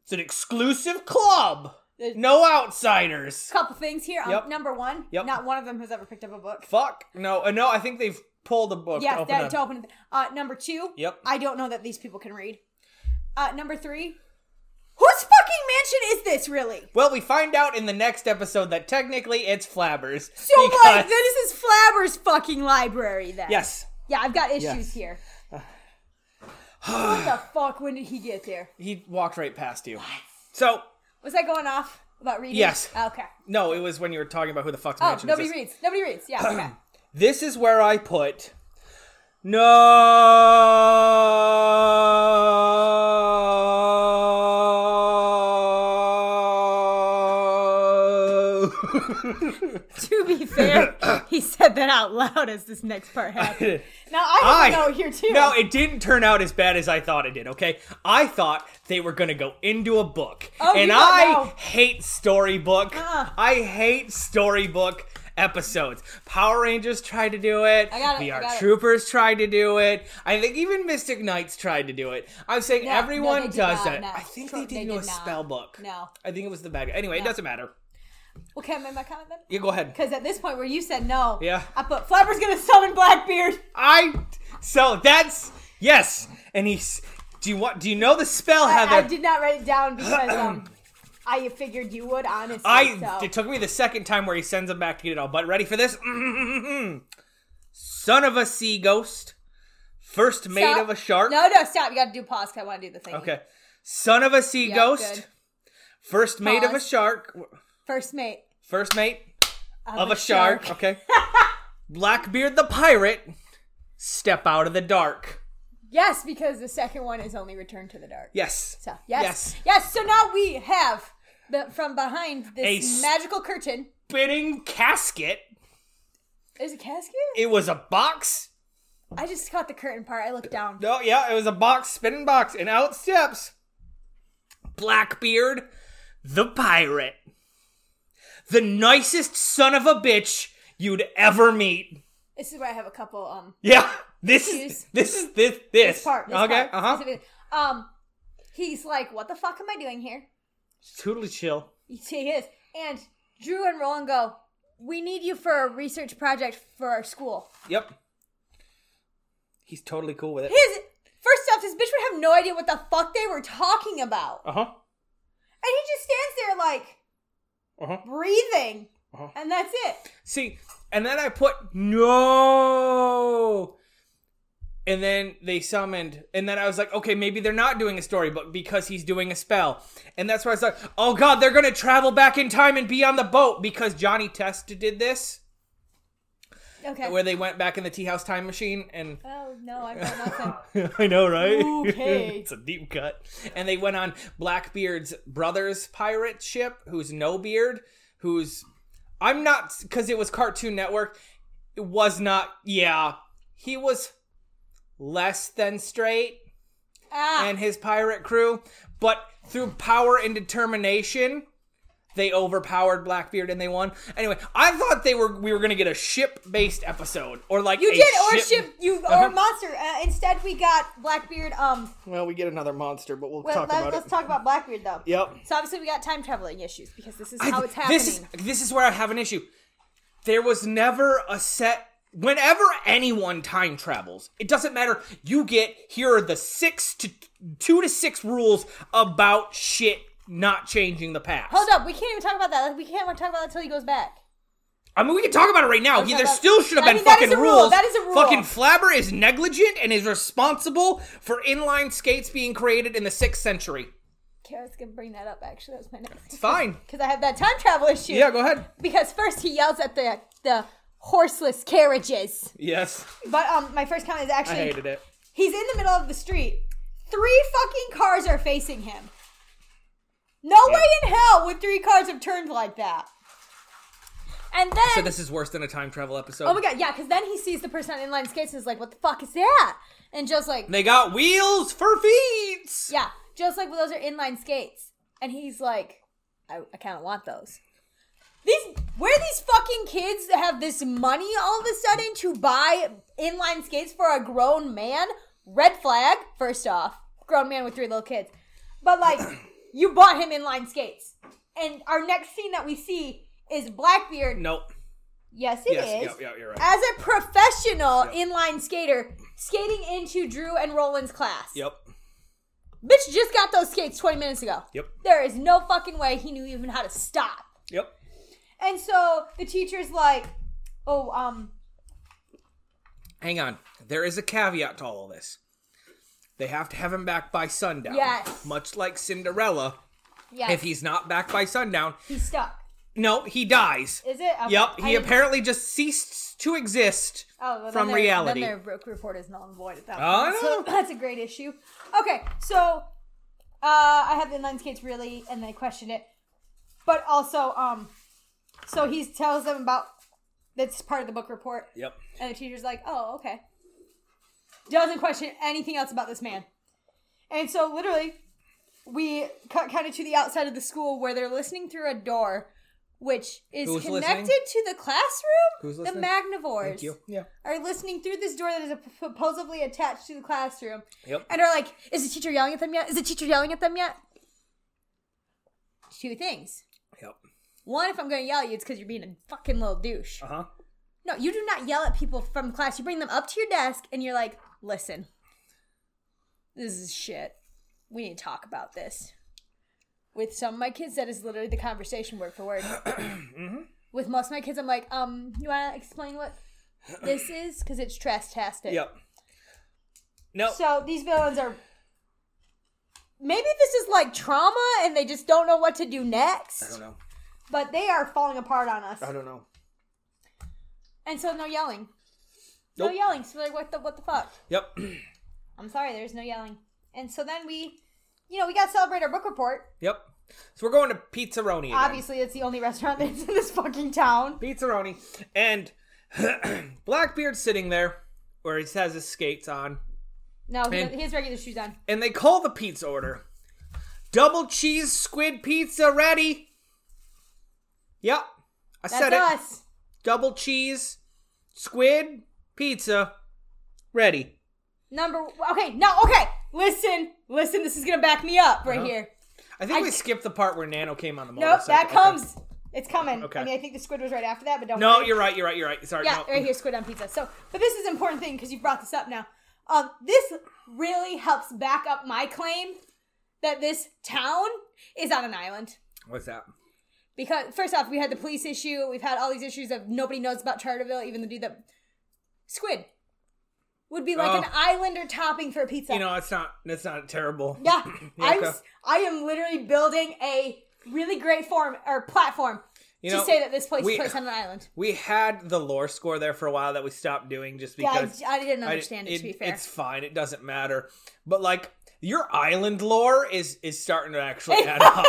Speaker 1: It's an exclusive club.
Speaker 2: There's
Speaker 1: No outsiders.
Speaker 2: a couple things here. Um,
Speaker 1: Yep.
Speaker 2: Number one,
Speaker 1: Yep.
Speaker 2: not one of them has ever picked up a book.
Speaker 1: Fuck. No. uh, No. I think they've pulled a book. to
Speaker 2: Yes,
Speaker 1: open
Speaker 2: that,
Speaker 1: up.
Speaker 2: to open. Uh, number two,
Speaker 1: Yep.
Speaker 2: I don't know that these people can read. Uh, number three, whose fucking mansion is this really?
Speaker 1: Well, we find out in the next episode that technically it's Flabbers.
Speaker 2: So like, Oh this is Flabber's fucking library then.
Speaker 1: Yes.
Speaker 2: Yeah, I've got issues
Speaker 1: Yes.
Speaker 2: here. what the fuck? When did he get there?
Speaker 1: He walked right past you. So,
Speaker 2: Was I going off about reading?
Speaker 1: Yes.
Speaker 2: Okay.
Speaker 1: no, it was when you were talking about who the fuck's
Speaker 2: Oh,
Speaker 1: mansion is
Speaker 2: nobody
Speaker 1: this.
Speaker 2: reads. Nobody reads. Yeah. Okay.
Speaker 1: This is where I put. No.
Speaker 2: to be fair, he said that out loud as this next part happened. Now I
Speaker 1: I
Speaker 2: have a note here too.
Speaker 1: No, it didn't turn out as bad as I thought it did. Okay, I thought they were gonna go into a book,
Speaker 2: Oh,
Speaker 1: and
Speaker 2: you thought-
Speaker 1: I
Speaker 2: no.
Speaker 1: hate storybook.
Speaker 2: Uh-uh.
Speaker 1: I hate storybook episodes. Power Rangers tried to do it.
Speaker 2: I got it, I
Speaker 1: VR
Speaker 2: got it.
Speaker 1: Troopers tried to do it. I think even Mystic Knights tried to do it. I'm saying
Speaker 2: No, no,
Speaker 1: everyone
Speaker 2: they did
Speaker 1: does
Speaker 2: not,
Speaker 1: that.
Speaker 2: no.
Speaker 1: I think
Speaker 2: Sure,
Speaker 1: they did
Speaker 2: they
Speaker 1: do a
Speaker 2: did not.
Speaker 1: spell book.
Speaker 2: No.
Speaker 1: I think it was the bad guy. Anyway, it
Speaker 2: No.
Speaker 1: doesn't matter.
Speaker 2: Well, can I make my comment then?
Speaker 1: You go ahead.
Speaker 2: Because at this point where you said no,
Speaker 1: Yeah.
Speaker 2: I put Flapper's gonna summon Blackbeard.
Speaker 1: I. So that's yes, and he's. Do you want? Do you know the spell,
Speaker 2: I,
Speaker 1: Heather?
Speaker 2: I did not write it down because um, I figured you would, honestly.
Speaker 1: I
Speaker 2: so.
Speaker 1: it took me the second time where he sends him back to get it all. But ready for this? Son of a sea ghost, first mate
Speaker 2: Stop.
Speaker 1: of a shark.
Speaker 2: No, no, stop. You gotta do pause because I want to do the thing.
Speaker 1: Okay, son of a sea
Speaker 2: Yeah,
Speaker 1: ghost,
Speaker 2: good.
Speaker 1: first mate of a
Speaker 2: Pause.
Speaker 1: shark.
Speaker 2: First mate
Speaker 1: First mate of, a, shark. Okay. Blackbeard the pirate, step out of the dark.
Speaker 2: Yes, because the second one is only Return to the Dark.
Speaker 1: Yes.
Speaker 2: So yes, yes. so now we have the, from behind this
Speaker 1: A s-
Speaker 2: magical curtain.
Speaker 1: Spinning casket.
Speaker 2: There's a casket.
Speaker 1: It was a box.
Speaker 2: I just caught the curtain part. I looked down.
Speaker 1: No, yeah, it was a box, spinning box, and out steps Blackbeard the pirate. The nicest son of a bitch you'd ever meet.
Speaker 2: This is where I have a couple um
Speaker 1: Yeah. This is
Speaker 2: Excuse-
Speaker 1: this is this this,
Speaker 2: part. this
Speaker 1: okay,
Speaker 2: part,
Speaker 1: uh huh.
Speaker 2: specifically. Um, he's like, "What the fuck am I doing here?"
Speaker 1: Totally chill.
Speaker 2: You see his and Drew and Roland go. We need you for a research project for our school.
Speaker 1: Yep. He's totally cool with it.
Speaker 2: His first off, this bitch would have no idea what the fuck they were talking about, and
Speaker 1: Uh huh.
Speaker 2: he just stands there like
Speaker 1: Uh huh.
Speaker 2: breathing,
Speaker 1: Uh-huh.
Speaker 2: and that's it.
Speaker 1: See, and then I put no. And then they summoned, and then I was like, okay, maybe they're not doing a storybook because he's doing a spell. And that's why I was like, oh god, they're gonna travel back in time and be on the boat because Johnny Test did this,
Speaker 2: Okay.
Speaker 1: where they went back in the tea house time machine and
Speaker 2: oh no, I got nothing.
Speaker 1: I know, right?
Speaker 2: Okay.
Speaker 1: it's a deep cut. And they went on Blackbeard's brother's pirate ship, who's No Beard, who's I'm not because it was Cartoon Network. It was not. Yeah, he was less than straight,
Speaker 2: ah,
Speaker 1: and his pirate crew, but through power and determination. They overpowered Blackbeard and they won. Anyway, I thought they were we were gonna get a ship based episode or like
Speaker 2: you
Speaker 1: a
Speaker 2: did or
Speaker 1: ship-
Speaker 2: ship you
Speaker 1: Uh-huh.
Speaker 2: or monster. Uh, instead, we got Blackbeard. Um,
Speaker 1: Well, we get another monster, but we'll
Speaker 2: let,
Speaker 1: talk
Speaker 2: let,
Speaker 1: about
Speaker 2: let's
Speaker 1: it.
Speaker 2: talk about Blackbeard though.
Speaker 1: Yep.
Speaker 2: So obviously we got time traveling issues because this is
Speaker 1: I-
Speaker 2: how it's happening.
Speaker 1: This is this is where I have an issue. There was never a set. Whenever anyone time travels, it doesn't matter. You get here are the six to two to six rules about shit not changing the past.
Speaker 2: Hold up, we can't even talk about that. We can't talk about that until he goes back.
Speaker 1: I mean, we can talk about it right now.
Speaker 2: Okay,
Speaker 1: He, there
Speaker 2: that-
Speaker 1: still should have
Speaker 2: I
Speaker 1: been
Speaker 2: mean, that is
Speaker 1: fucking
Speaker 2: a rule.
Speaker 1: rules.
Speaker 2: That is a rule.
Speaker 1: Fucking Flabber is negligent and is responsible for inline skates being created in the sixth century.
Speaker 2: Kara's gonna bring that up. Actually, that's my next.
Speaker 1: Fine.
Speaker 2: Because I have that time travel issue.
Speaker 1: Yeah, go ahead.
Speaker 2: Because first he yells at the the horseless carriages.
Speaker 1: Yes,
Speaker 2: But um, my first comment is
Speaker 1: I
Speaker 2: actually
Speaker 1: hated it.
Speaker 2: He's in the middle of the street. Three fucking cars are facing him. No way in hell would three cars have turned like that. And then,
Speaker 1: So this is worse than a time travel episode.
Speaker 2: oh my god, yeah, because then he sees the person on inline skates and is like, "What the fuck is that?" And Joe's like,
Speaker 1: They got wheels for feet.
Speaker 2: "Yeah." Joe's like, "Well, those are inline skates," and he's like, "I, I kind of want those." These where these fucking kids that have this money all of a sudden to buy inline skates for a grown man? Red flag, first off. Grown man with three little kids. But like you bought him inline skates. And our next scene that we see is Blackbeard.
Speaker 1: Nope.
Speaker 2: Yes, it is.
Speaker 1: Yes, yeah, yeah, you're right.
Speaker 2: As a professional inline skater skating into Drew and Roland's class.
Speaker 1: Yep.
Speaker 2: Bitch just got those skates 20 minutes ago.
Speaker 1: Yep.
Speaker 2: There is no fucking way he knew even how to stop.
Speaker 1: Yep.
Speaker 2: And so the teacher's like, "Oh, um,
Speaker 1: Hang on. There is a caveat to all of this. They have to have him back by sundown.
Speaker 2: Yes.
Speaker 1: Much like Cinderella,
Speaker 2: yeah,
Speaker 1: if he's not back by sundown,
Speaker 2: he's stuck,
Speaker 1: no, he dies.
Speaker 2: is it?" Okay.
Speaker 1: Yep,
Speaker 2: I
Speaker 1: he
Speaker 2: didn't-
Speaker 1: apparently just ceased to exist
Speaker 2: Oh, well, then
Speaker 1: from
Speaker 2: their-
Speaker 1: reality.
Speaker 2: Then their book report is null and void at that
Speaker 1: Oh,
Speaker 2: point.
Speaker 1: no.
Speaker 2: So that's a great issue. Okay, so uh, I have the inline skates really, and they question it, but also, um, so he tells them about that's part of the book report,
Speaker 1: Yep.
Speaker 2: and the teacher's like, "Oh, okay." Doesn't question anything else about this man, and so literally, we cut kind of to the outside of the school where they're listening through a door, which is
Speaker 1: Who's
Speaker 2: connected
Speaker 1: listening?
Speaker 2: to the classroom.
Speaker 1: Who's
Speaker 2: the
Speaker 1: listening?
Speaker 2: Magnivores
Speaker 1: Thank you. Yeah.
Speaker 2: are listening through this door that is supposedly attached to the classroom,
Speaker 1: Yep.
Speaker 2: and are like, "Is the teacher yelling at them yet? Is the teacher yelling at them yet?" Two things.
Speaker 1: Yep.
Speaker 2: One, if I'm going to yell at you, it's because you're being a fucking little douche.
Speaker 1: Uh huh.
Speaker 2: No, you do not yell at people from class. You bring them up to your desk and you're like, listen, this is shit. We need to talk about this. With some of my kids, that is literally the conversation word for word.
Speaker 1: Mm-hmm.
Speaker 2: With most of my kids, I'm like, um, you want to explain what this is? Because it's trash-tastic.
Speaker 1: Yep. No.
Speaker 2: So these villains are. Maybe this is like trauma and they just don't know what to do
Speaker 1: I
Speaker 2: next,
Speaker 1: don't know.
Speaker 2: but they are falling apart on us.
Speaker 1: I don't know.
Speaker 2: And so no yelling.
Speaker 1: Nope.
Speaker 2: No yelling. So like, what the what the fuck?
Speaker 1: Yep.
Speaker 2: I'm sorry, there's no yelling. And so then we, you know, we got to celebrate our book report.
Speaker 1: Yep. So we're going to Pizzeroni. Again.
Speaker 2: Obviously, it's the only restaurant that's in this fucking town.
Speaker 1: Pizzeroni. And Blackbeard's sitting there where he has his skates on.
Speaker 2: No, he,
Speaker 1: And-
Speaker 2: he has regular shoes on.
Speaker 1: And they call the pizza order Double Cheese Squid Pizza Ready. Yep. I
Speaker 2: That's
Speaker 1: said it.
Speaker 2: us.
Speaker 1: Double Cheese Squid Pizza Ready.
Speaker 2: Number okay, no, okay. Listen, listen. This is gonna back me up right
Speaker 1: Uh-huh.
Speaker 2: here.
Speaker 1: I think
Speaker 2: I-
Speaker 1: we skipped the part where Nano came on the
Speaker 2: Nope,
Speaker 1: motorcycle.
Speaker 2: that
Speaker 1: Okay.
Speaker 2: comes. It's coming.
Speaker 1: Okay.
Speaker 2: I mean, I think the squid was right after that, but don't.
Speaker 1: No,
Speaker 2: worry.
Speaker 1: you're right. You're right. You're right. Sorry.
Speaker 2: Yeah,
Speaker 1: no.
Speaker 2: right here, squid on pizza. So, but this is an important thing because you brought this up now. Um, this really helps back up my claim that this town is on an island.
Speaker 1: What's that?
Speaker 2: because first off, we had the police issue. We've had all these issues of nobody knows about Charterville, even the dude that squid would be like an
Speaker 1: Oh.
Speaker 2: islander topping for a pizza.
Speaker 1: You know, it's not. It's not terrible.
Speaker 2: yeah, I'm.
Speaker 1: okay.
Speaker 2: s- I am literally building a really great form or platform
Speaker 1: You
Speaker 2: to
Speaker 1: know,
Speaker 2: say that this place
Speaker 1: we-
Speaker 2: is placed on an island.
Speaker 1: we had the lore score there for a while that we stopped doing just
Speaker 2: Yeah, I,
Speaker 1: because
Speaker 2: I didn't
Speaker 1: I-
Speaker 2: understand it, to be fair.
Speaker 1: It's fine. It doesn't matter. But like your island lore is is starting to actually add up.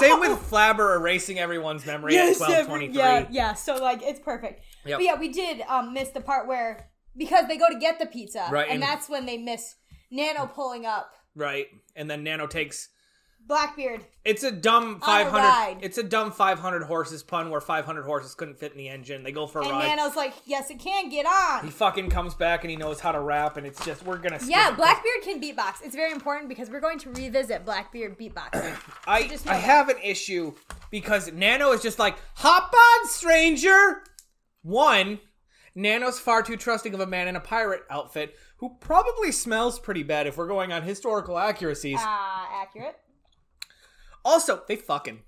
Speaker 1: Same with Flabber erasing everyone's memory at twelve
Speaker 2: every-
Speaker 1: twenty three.
Speaker 2: yeah, yeah. So like, it's perfect.
Speaker 1: Yep.
Speaker 2: But yeah, we did um, miss the part where because they go to get the pizza,
Speaker 1: Right,
Speaker 2: and,
Speaker 1: and-
Speaker 2: that's when they miss Nano pulling up
Speaker 1: Right. And then Nano takes.
Speaker 2: Blackbeard.
Speaker 1: It's a dumb
Speaker 2: On a
Speaker 1: five
Speaker 2: ride.
Speaker 1: hundred. It's a dumb five hundred horses pun where five hundred horses couldn't fit in the engine. They go for a
Speaker 2: And
Speaker 1: ride.
Speaker 2: Nano's like, yes, it can get on.
Speaker 1: he fucking comes back and he knows how to rap, and it's just we're gonna. skip
Speaker 2: Yeah,
Speaker 1: it.
Speaker 2: Blackbeard can beatbox. It's very important because we're going to revisit Blackbeard beatboxing.
Speaker 1: I
Speaker 2: just know
Speaker 1: I
Speaker 2: that.
Speaker 1: have an issue because Nano is just like hop on, stranger. One, Nano's far too trusting of a man in a pirate outfit who probably smells pretty bad if we're
Speaker 2: Uh,
Speaker 1: going on historical accuracies.
Speaker 2: Ah, accurate.
Speaker 1: also, they fucking.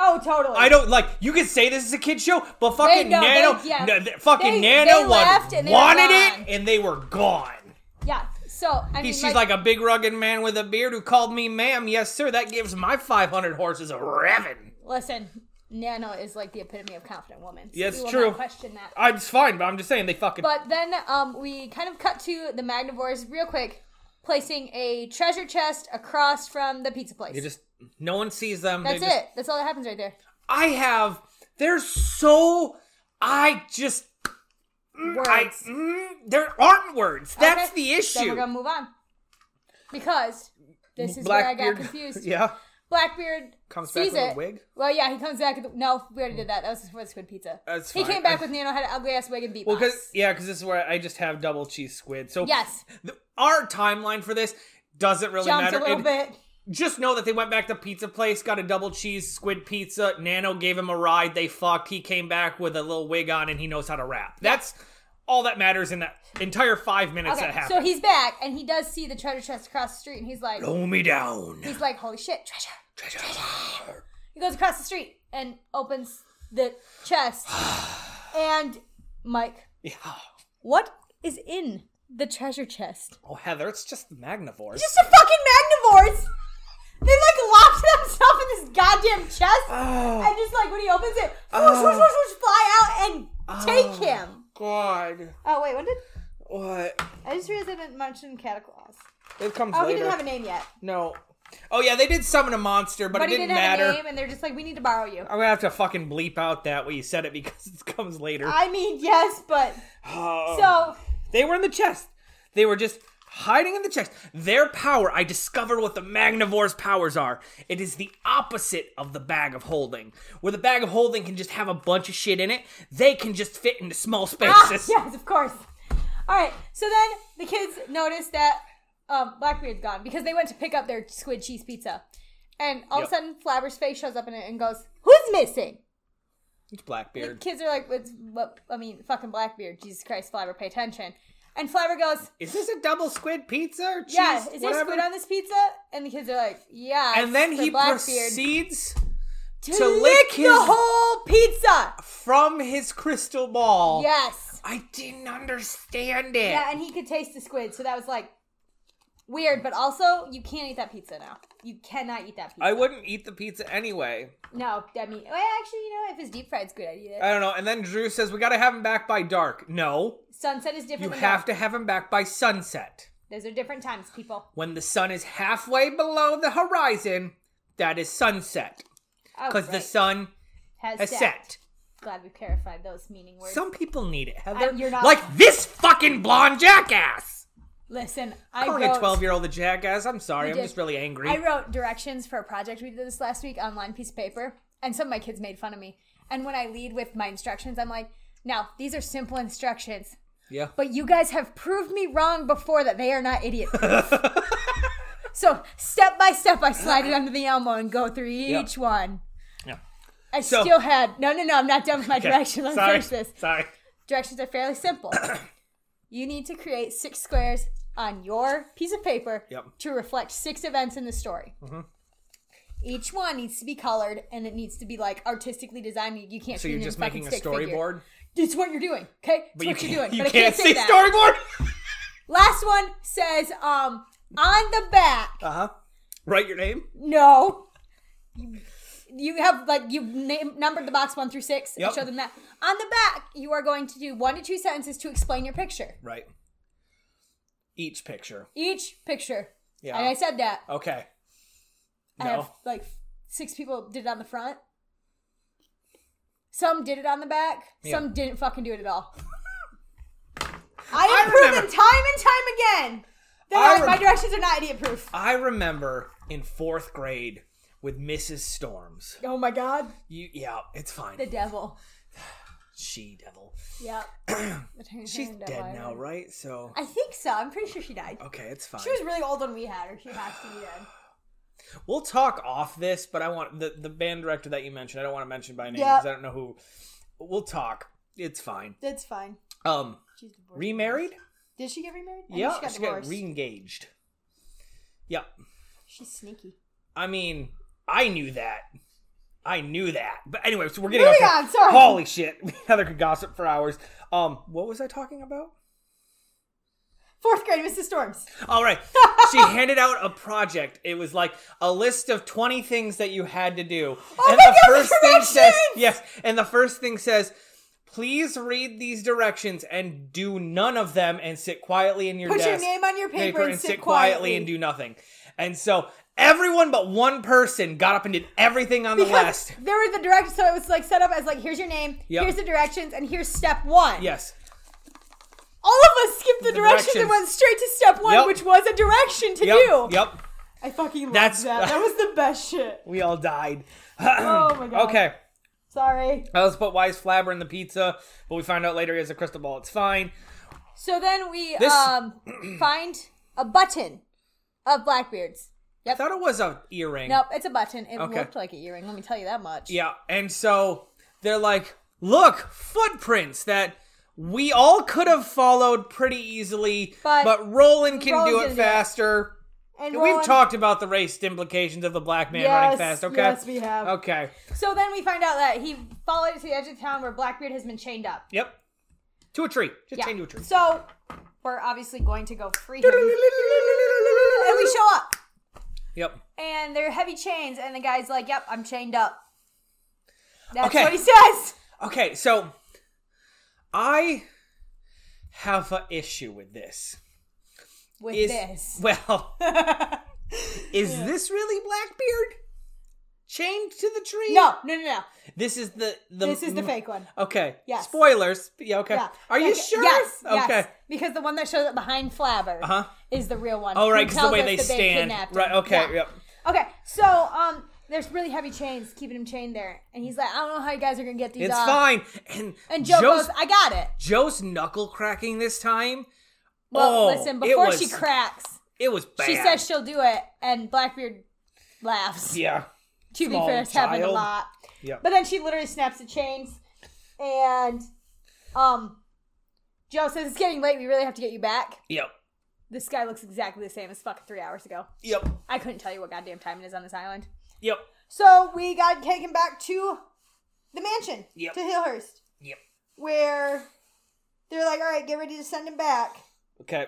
Speaker 2: Oh, totally.
Speaker 1: I don't like. You can say this is a kid show, but fucking
Speaker 2: know, they-
Speaker 1: Nano,
Speaker 2: yeah.
Speaker 1: no, th- fucking
Speaker 2: They-
Speaker 1: Nano
Speaker 2: they
Speaker 1: wa-
Speaker 2: left and they were
Speaker 1: wanted
Speaker 2: gone.
Speaker 1: it, and they were gone.
Speaker 2: Yeah. So I mean,
Speaker 1: He, she's like, a big rugged man with a beard who called me ma'am. Yes, sir. That gives my 500 horses a revving.
Speaker 2: listen, Nano is like the epitome of confident woman. So
Speaker 1: Yeah,
Speaker 2: we
Speaker 1: it's
Speaker 2: will
Speaker 1: true.
Speaker 2: Not question that.
Speaker 1: I'm it's fine, but I'm just saying they fucking.
Speaker 2: But then um, we kind of cut to the Magnivores real quick, placing a treasure chest across from the pizza place.
Speaker 1: they just no one sees them.
Speaker 2: That's
Speaker 1: they just,
Speaker 2: it. That's all that happens right there.
Speaker 1: I have. They're so. I just.
Speaker 2: Words.
Speaker 1: I, mm, there aren't words. That's
Speaker 2: Okay,
Speaker 1: the
Speaker 2: Then
Speaker 1: issue.
Speaker 2: we're gonna move on because this is where I got
Speaker 1: Blackbeard-
Speaker 2: confused.
Speaker 1: Yeah,
Speaker 2: Blackbeard
Speaker 1: comes back
Speaker 2: sees
Speaker 1: with
Speaker 2: it.
Speaker 1: a wig.
Speaker 2: Well, yeah, he comes back. With, the- no, we already did that. That was for the squid pizza.
Speaker 1: That's
Speaker 2: he
Speaker 1: fine.
Speaker 2: came back
Speaker 1: I-
Speaker 2: with Nano had an ugly ass wig and beatbox.
Speaker 1: Well, because yeah, because this is where I just have double cheese squid. So
Speaker 2: yes,
Speaker 1: the, our timeline for this doesn't really
Speaker 2: jumped
Speaker 1: matter.
Speaker 2: a little
Speaker 1: It-
Speaker 2: bit.
Speaker 1: Just know that they went back to pizza place, got a double cheese squid pizza. Nano gave him a ride. They fucked. He came back with a little wig on, and he knows how to rap. That's all that matters in that entire five minutes that
Speaker 2: Okay,
Speaker 1: happened.
Speaker 2: so he's back and he does see the treasure chest across the street, and he's like,
Speaker 1: Blow me down.
Speaker 2: he's like, holy shit, treasure!
Speaker 1: Treasure.
Speaker 2: He goes across the street and opens the chest, and Mike,
Speaker 1: Yeah.
Speaker 2: what is in the treasure chest?
Speaker 1: Oh, Heather, it's just the Magnivores.
Speaker 2: Just a fucking Magnivores. They like locked themselves in this goddamn chest,
Speaker 1: Oh.
Speaker 2: and just like when he opens it, whoosh, whoosh, whoosh, whoosh, fly out and take
Speaker 1: Oh.
Speaker 2: him.
Speaker 1: God.
Speaker 2: Oh wait, when did
Speaker 1: What?
Speaker 2: I just realized I didn't mention Cataclaws?
Speaker 1: It comes
Speaker 2: Oh,
Speaker 1: later.
Speaker 2: he didn't have a name yet,
Speaker 1: no. Oh yeah, they did summon a monster, but,
Speaker 2: but
Speaker 1: it
Speaker 2: he
Speaker 1: didn't,
Speaker 2: didn't
Speaker 1: matter.
Speaker 2: have a name, and they're just like, we need to borrow you.
Speaker 1: I'm gonna have to fucking bleep out that way you said it because it comes later.
Speaker 2: I mean, yes, but
Speaker 1: Oh.
Speaker 2: Uh, so
Speaker 1: They were in the chest. They were just hiding in the chest. Their power, I discovered what the Magnivore's powers are. It is the opposite of the bag of holding. Where the bag of holding can just have a bunch of shit in it, they can just fit into small
Speaker 2: Ah,
Speaker 1: spaces.
Speaker 2: yes, of course. All right. So then the kids notice that um, Blackbeard's gone because they went to pick up their squid cheese pizza, and all
Speaker 1: Yep.
Speaker 2: of a sudden Flabber's face shows up in it and goes, "Who's missing?"
Speaker 1: It's
Speaker 2: The
Speaker 1: Blackbeard.
Speaker 2: kids are like, "What's? What? I mean, fucking Blackbeard! Jesus Christ, Flabber, pay attention!" And Flabber goes,
Speaker 1: Is this a double squid pizza or cheese?
Speaker 2: "Yeah, is there
Speaker 1: whatever?
Speaker 2: squid on this pizza?" And the kids are like, "Yeah."
Speaker 1: And then
Speaker 2: it's
Speaker 1: he
Speaker 2: the Blackbeard
Speaker 1: proceeds
Speaker 2: to,
Speaker 1: to lick
Speaker 2: lick
Speaker 1: his-
Speaker 2: the whole pizza."
Speaker 1: from his crystal ball.
Speaker 2: Yes.
Speaker 1: I didn't understand it.
Speaker 2: Yeah, and he could taste the squid, so that was like weird. But also, you can't eat that pizza now. You cannot eat that pizza.
Speaker 1: I wouldn't eat the pizza anyway.
Speaker 2: no, I mean, well, actually, you know, if it's deep fried squid, I'd eat it.
Speaker 1: I don't know. And then Drew says, We gotta have him back by dark. No.
Speaker 2: Sunset is different.
Speaker 1: You
Speaker 2: than
Speaker 1: have
Speaker 2: dark.
Speaker 1: to have him back by sunset.
Speaker 2: Those are different times, people.
Speaker 1: When the sun is halfway below the horizon, that is sunset.
Speaker 2: Oh,
Speaker 1: Because the
Speaker 2: great.
Speaker 1: sun
Speaker 2: has
Speaker 1: has set.
Speaker 2: Glad we clarified those meaning words.
Speaker 1: Some people need it, Heather.
Speaker 2: you're not-
Speaker 1: Like this fucking blonde jackass!
Speaker 2: Listen, I
Speaker 1: Calling a
Speaker 2: wrote.
Speaker 1: 12 year old a jackass. I'm sorry. I'm
Speaker 2: did.
Speaker 1: just really angry.
Speaker 2: I wrote directions for a project we did this last week on lined piece of paper, and some of my kids made fun of me. And when I lead with my instructions, I'm like, "Now these are simple instructions,
Speaker 1: yeah.
Speaker 2: but you guys have proved me wrong before that they are not idiot proof." so step by step, I slide it under the elmo and go through each one.
Speaker 1: yeah.
Speaker 2: I
Speaker 1: So-
Speaker 2: still had no, no, no. I'm not done with my directions. Let's
Speaker 1: sorry.
Speaker 2: finish this.
Speaker 1: Sorry.
Speaker 2: Directions are fairly simple. you need to create six squares on your piece of paper
Speaker 1: Yep. Mm-hmm.
Speaker 2: to reflect six events in the story. Each one needs to be colored, and it needs to be like artistically designed. You can't.
Speaker 1: So
Speaker 2: put it
Speaker 1: you're
Speaker 2: in
Speaker 1: just
Speaker 2: fucking
Speaker 1: making a
Speaker 2: stick figure.
Speaker 1: storyboard?
Speaker 2: It's what you're doing, okay? It's what
Speaker 1: can't-
Speaker 2: you're doing.
Speaker 1: You
Speaker 2: but
Speaker 1: can't,
Speaker 2: I can't say
Speaker 1: say
Speaker 2: that.
Speaker 1: storyboard!
Speaker 2: Last one says, um, on the back.
Speaker 1: Uh huh. Write your name.
Speaker 2: No. You have like you name, numbered the box one through six
Speaker 1: Yep.
Speaker 2: and show them that. On the back, you are going to do one to two sentences to explain your picture.
Speaker 1: Right. Each picture.
Speaker 2: Each picture.
Speaker 1: Yeah.
Speaker 2: And I said that.
Speaker 1: Okay.
Speaker 2: I have
Speaker 1: No.
Speaker 2: like six people did it on the front. Some did it on the back.
Speaker 1: Yeah.
Speaker 2: Some didn't fucking do it at all. I
Speaker 1: I
Speaker 2: have proven
Speaker 1: remember-
Speaker 2: time and time again
Speaker 1: I
Speaker 2: that
Speaker 1: rem-
Speaker 2: my directions are not idiot proof.
Speaker 1: I remember in fourth grade with Mrs. Storms.
Speaker 2: Oh my god.
Speaker 1: You, yeah, it's fine.
Speaker 2: The devil.
Speaker 1: she devil.
Speaker 2: Yep.
Speaker 1: She's dead now, right? So
Speaker 2: I think so. I'm pretty sure she died.
Speaker 1: okay, it's fine.
Speaker 2: She was really old when we had her. She has to be dead.
Speaker 1: We'll talk off this, but I want the the band director that you mentioned. I don't want to mention by name
Speaker 2: Yeah.
Speaker 1: because I don't know who. We'll talk. It's fine.
Speaker 2: That's fine.
Speaker 1: Um,
Speaker 2: She's divorced.
Speaker 1: remarried?
Speaker 2: Did she get remarried? I know
Speaker 1: Yeah,
Speaker 2: She got
Speaker 1: she got
Speaker 2: divorced.
Speaker 1: reengaged. Yep.
Speaker 2: She's sneaky.
Speaker 1: I mean, I knew that. I knew that. But anyway, so we're getting
Speaker 2: Moving
Speaker 1: off
Speaker 2: on,
Speaker 1: track.
Speaker 2: sorry.
Speaker 1: Holy shit. Heather could gossip for hours. Um, what was I talking about?
Speaker 2: Fourth grade Mrs. Storms.
Speaker 1: All right. she handed out a project. It was like a list of 20 things that you had to do.
Speaker 2: Oh my God, directions!
Speaker 1: says Yes, and the first thing says Please read these directions and do none of them and sit quietly in your
Speaker 2: Put
Speaker 1: desk.
Speaker 2: your name on your paper,
Speaker 1: paper
Speaker 2: and,
Speaker 1: and sit quietly and do nothing. And so everyone but one person got up and did everything on the
Speaker 2: Because
Speaker 1: list.
Speaker 2: there were the directions, so it was like set up as like, here's your name,
Speaker 1: Yep.
Speaker 2: here's the directions, and here's step one.
Speaker 1: Yes.
Speaker 2: All of us skipped the, directions,
Speaker 1: directions.
Speaker 2: and went straight to step one,
Speaker 1: Yep.
Speaker 2: which was a direction to
Speaker 1: Yep.
Speaker 2: do.
Speaker 1: Yep.
Speaker 2: I fucking loved
Speaker 1: That's-
Speaker 2: that. That was the best shit.
Speaker 1: We all died.
Speaker 2: Oh my god.
Speaker 1: Okay.
Speaker 2: Sorry.
Speaker 1: Now let's put Wise Flabber in the pizza, but we find out later he has a crystal ball. It's fine.
Speaker 2: So then we
Speaker 1: This-
Speaker 2: um find a button of Blackbeard's.
Speaker 1: I thought it was a earring.
Speaker 2: Nope, it's a button. It
Speaker 1: Okay.
Speaker 2: looked like an earring. Let me tell you that much.
Speaker 1: Yeah. And so they're like, look, footprints that we all could have followed pretty easily,
Speaker 2: But-
Speaker 1: Roland can
Speaker 2: Roland
Speaker 1: do
Speaker 2: can
Speaker 1: it
Speaker 2: do it.
Speaker 1: faster.
Speaker 2: And
Speaker 1: We've
Speaker 2: Roland-
Speaker 1: talked about the race implications of the black man
Speaker 2: Yes,
Speaker 1: running fast, okay?
Speaker 2: yes, we have.
Speaker 1: Okay.
Speaker 2: So then we find out that he followed it to the edge of town where Blackbeard has been chained up.
Speaker 1: Yep. To a tree. Just chain to a tree.
Speaker 2: So we're obviously going to go free him. and we show up.
Speaker 1: Yep.
Speaker 2: And they're heavy chains, and the guy's like, Yep, I'm chained up. That's
Speaker 1: Okay.
Speaker 2: what he says.
Speaker 1: Okay, so I have an issue with this.
Speaker 2: With
Speaker 1: Is
Speaker 2: this.
Speaker 1: well, is this really Blackbeard chained to the tree?
Speaker 2: No, no, no, no.
Speaker 1: This is the the
Speaker 2: This is the fake one.
Speaker 1: Okay.
Speaker 2: Yes.
Speaker 1: Spoilers. Yeah. Mm. Okay.
Speaker 2: Yeah.
Speaker 1: Are you
Speaker 2: Yes,
Speaker 1: sure?
Speaker 2: Yes.
Speaker 1: Okay.
Speaker 2: Yes. Because the one that shows up behind Flabber
Speaker 1: Uh-huh.
Speaker 2: is the real one.
Speaker 1: Oh, right,
Speaker 2: Who
Speaker 1: 'cause the
Speaker 2: tells
Speaker 1: way
Speaker 2: us
Speaker 1: they
Speaker 2: that
Speaker 1: stand.
Speaker 2: kidnapped him.
Speaker 1: Right, okay,
Speaker 2: Yeah.
Speaker 1: yep.
Speaker 2: Okay. So, um, there's really heavy chains keeping him chained there, and he's like, "I don't know how you guys are gonna get these
Speaker 1: It's
Speaker 2: off."
Speaker 1: fine. And
Speaker 2: And Joe
Speaker 1: Joe's,
Speaker 2: goes, "I got it."
Speaker 1: Joe's knuckle cracking this time.
Speaker 2: Well,
Speaker 1: Oh,
Speaker 2: listen,
Speaker 1: it
Speaker 2: before
Speaker 1: was-
Speaker 2: she cracks,
Speaker 1: It was bad.
Speaker 2: she says she'll do it, and Blackbeard laughs.
Speaker 1: Yeah.
Speaker 2: to be
Speaker 1: small
Speaker 2: fair, it's happened a
Speaker 1: child.
Speaker 2: lot.
Speaker 1: Yeah.
Speaker 2: But then she literally snaps the chains, and um, Joe says, "It's getting late. We really have to get you back."
Speaker 1: Yep.
Speaker 2: This guy looks exactly the same as fucking three hours ago.
Speaker 1: Yep.
Speaker 2: I couldn't tell you what goddamn time it is on this island.
Speaker 1: Yep.
Speaker 2: So we got taken back to the mansion
Speaker 1: Yep.
Speaker 2: to Hillhurst,
Speaker 1: Yep.
Speaker 2: where they're like, "All right, get ready to send him back."
Speaker 1: Okay.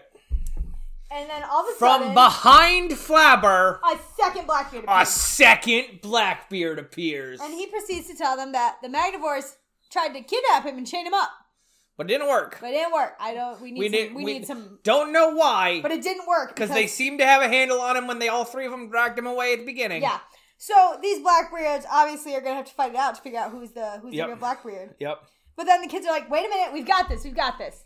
Speaker 2: And then all of a
Speaker 1: From
Speaker 2: sudden,
Speaker 1: behind Flabber,
Speaker 2: a second Blackbeard
Speaker 1: a
Speaker 2: appears,
Speaker 1: second Blackbeard appears.
Speaker 2: and he proceeds to tell them that the Magnivores tried to kidnap him and chain him up,
Speaker 1: but it didn't work.
Speaker 2: but it didn't work. I don't. We need.
Speaker 1: we
Speaker 2: some,
Speaker 1: didn't.
Speaker 2: we, need some.
Speaker 1: Don't know why.
Speaker 2: But it didn't work
Speaker 1: because they seemed to have a handle on him when they all three of them dragged him away at the beginning.
Speaker 2: Yeah. So these Blackbeards obviously are gonna have to fight it out to figure out who's the who's
Speaker 1: Yep.
Speaker 2: the real Blackbeard.
Speaker 1: Yep.
Speaker 2: But then the kids are like, "Wait a minute, we've got this. We've got this."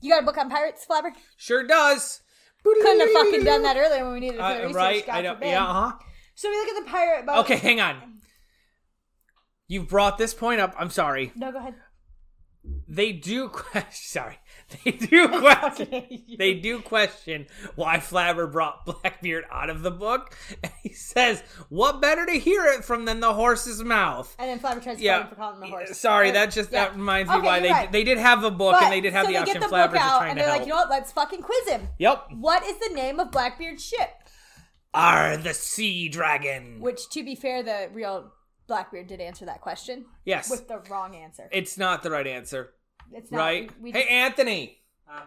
Speaker 2: You got a book on pirates, Flabber?
Speaker 1: Sure does.
Speaker 2: Couldn't have fucking done that earlier when we needed it for the
Speaker 1: Uh,
Speaker 2: research.
Speaker 1: right.
Speaker 2: God
Speaker 1: I don't.
Speaker 2: forbid.
Speaker 1: Yeah. Uh huh.
Speaker 2: So we look at the pirate boat.
Speaker 1: Okay. Hang on. You brought this point up. I'm sorry.
Speaker 2: No, go ahead.
Speaker 1: They do. que- Sorry. They do question. They do question why Flabber brought Blackbeard out of the book. And he says, What better to hear it from than the horse's mouth?
Speaker 2: And then Flabber tries to fight
Speaker 1: Yeah.
Speaker 2: him for calling him a horse.
Speaker 1: Sorry,
Speaker 2: Or-
Speaker 1: that just
Speaker 2: yeah.
Speaker 1: that reminds
Speaker 2: Okay,
Speaker 1: me why
Speaker 2: you're
Speaker 1: they
Speaker 2: right.
Speaker 1: they did have a book
Speaker 2: But-
Speaker 1: and they did have
Speaker 2: so
Speaker 1: the
Speaker 2: they
Speaker 1: option
Speaker 2: get the
Speaker 1: Flabber's
Speaker 2: book
Speaker 1: just
Speaker 2: out,
Speaker 1: trying
Speaker 2: and
Speaker 1: to
Speaker 2: they're
Speaker 1: help.
Speaker 2: like, you know what? Let's fucking quiz him.
Speaker 1: yep.
Speaker 2: What is the name of Blackbeard's ship?
Speaker 1: Are the sea dragon.
Speaker 2: Which, to be fair, the real Blackbeard did answer that question
Speaker 1: yes.
Speaker 2: with the wrong answer.
Speaker 1: it's not the right answer.
Speaker 2: It's not
Speaker 1: Right?
Speaker 2: We, we
Speaker 1: hey
Speaker 2: just-
Speaker 1: Anthony.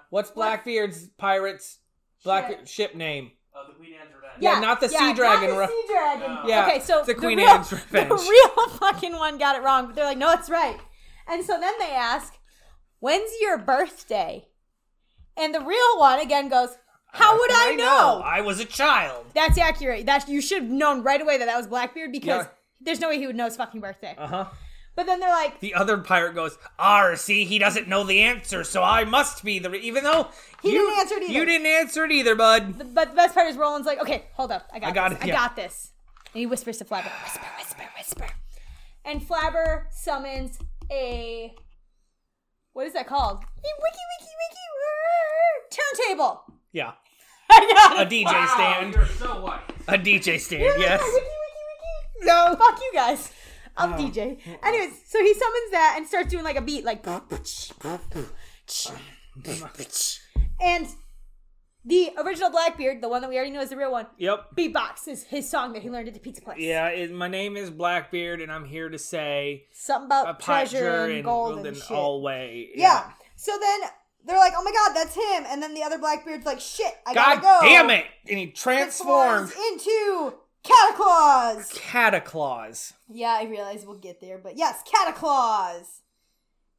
Speaker 1: What's Blackbeard's pirates Blackbeard ship name?
Speaker 3: Uh, the Queen Anne's Revenge.
Speaker 1: yeah, not the sea dragon
Speaker 2: Not
Speaker 1: re-
Speaker 2: the sea dragon.
Speaker 3: No.
Speaker 1: Yeah,
Speaker 2: Okay, so
Speaker 1: it's the Queen
Speaker 2: real,
Speaker 1: Anne's Revenge.
Speaker 2: The real fucking one got it wrong, but they're like, no, it's right. And so then they ask, "When's your birthday?" And the real one again goes, "How would I, know?
Speaker 1: Uh, I was a child.
Speaker 2: That's accurate. That you should have known right away that that was Blackbeard because
Speaker 1: Yeah.
Speaker 2: there's no way he would know his fucking birthday."
Speaker 1: Uh-huh.
Speaker 2: But then they're like,
Speaker 1: The other pirate goes, "R, see, he doesn't know the answer, so I must be the." Re-, even though
Speaker 2: He didn't answer it either.
Speaker 1: You didn't answer it either, bud.
Speaker 2: But the best part is Roland's like, okay, hold up. I got,
Speaker 1: I got
Speaker 2: this.
Speaker 1: it, yeah.
Speaker 2: I got this. And he whispers to Flabber, whisper, whisper, whisper. And Flabber summons a what is that called? A wiki wiki wiki rrr, turntable.
Speaker 1: Yeah,
Speaker 2: I got
Speaker 1: a
Speaker 2: it.
Speaker 1: DJ
Speaker 3: Wow,
Speaker 1: stand,
Speaker 3: You're so white.
Speaker 1: a DJ stand.
Speaker 2: Like,
Speaker 1: yes.
Speaker 2: Wiki wiki wiki. No, fuck you guys. I'm DJ. Anyways, so he summons that and starts doing like a beat, like and the original Blackbeard, the one that we already know is the real one,
Speaker 1: Yep.
Speaker 2: Beatbox is his song that he learned at the pizza place.
Speaker 1: Yeah, it, my name is Blackbeard, and I'm here to say
Speaker 2: Something
Speaker 1: a
Speaker 2: about treasure
Speaker 1: pleasure
Speaker 2: and,
Speaker 1: and,
Speaker 2: gold and,
Speaker 1: and
Speaker 2: shit.
Speaker 1: all way.
Speaker 2: yeah. So then they're like, oh my god, that's him. And then the other Blackbeard's like, shit, I
Speaker 1: God
Speaker 2: gotta go.
Speaker 1: damn it! And he transformed
Speaker 2: Transforms into Cataclaws.
Speaker 1: Cataclaws.
Speaker 2: Yeah, I realize we'll get there, but yes, Cataclaws.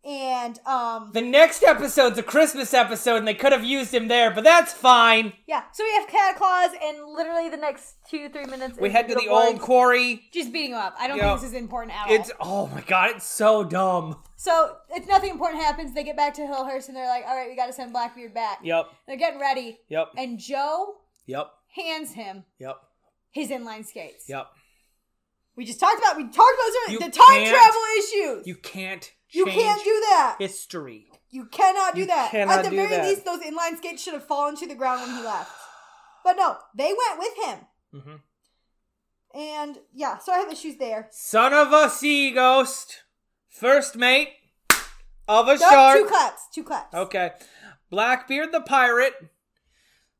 Speaker 2: And um
Speaker 1: The next episode's a Christmas episode, and they could have used him there, but that's fine.
Speaker 2: yeah, so we have Cataclaws and literally the next two, three minutes.
Speaker 1: We
Speaker 2: is
Speaker 1: head to the
Speaker 2: Beetle Boys
Speaker 1: old quarry.
Speaker 2: just beating him up. I don't
Speaker 1: Yeah.
Speaker 2: think this is important at all.
Speaker 1: It's oh my god, it's so dumb.
Speaker 2: so it's nothing important happens. They get back to Hillhurst and they're like, all right, we gotta send Blackbeard back.
Speaker 1: Yep,
Speaker 2: They're getting ready.
Speaker 1: yep,
Speaker 2: And Joe
Speaker 1: yep,
Speaker 2: hands him
Speaker 1: yep,
Speaker 2: his inline skates.
Speaker 1: yep.
Speaker 2: We just talked about we talked about
Speaker 1: You
Speaker 2: the time
Speaker 1: can't-
Speaker 2: travel issues.
Speaker 1: You can't
Speaker 2: You
Speaker 1: change
Speaker 2: can't do that.
Speaker 1: history.
Speaker 2: You cannot do
Speaker 1: You
Speaker 2: that.
Speaker 1: cannot
Speaker 2: At the
Speaker 1: do
Speaker 2: very
Speaker 1: that.
Speaker 2: least, those inline skates should have fallen to the ground when he left. But no, they went with him.
Speaker 1: hmm Mm-hmm.
Speaker 2: And yeah, so I have issues there.
Speaker 1: Son of a sea ghost, first mate of a
Speaker 2: No,
Speaker 1: shark.
Speaker 2: two claps. Two claps.
Speaker 1: Okay. Blackbeard the pirate.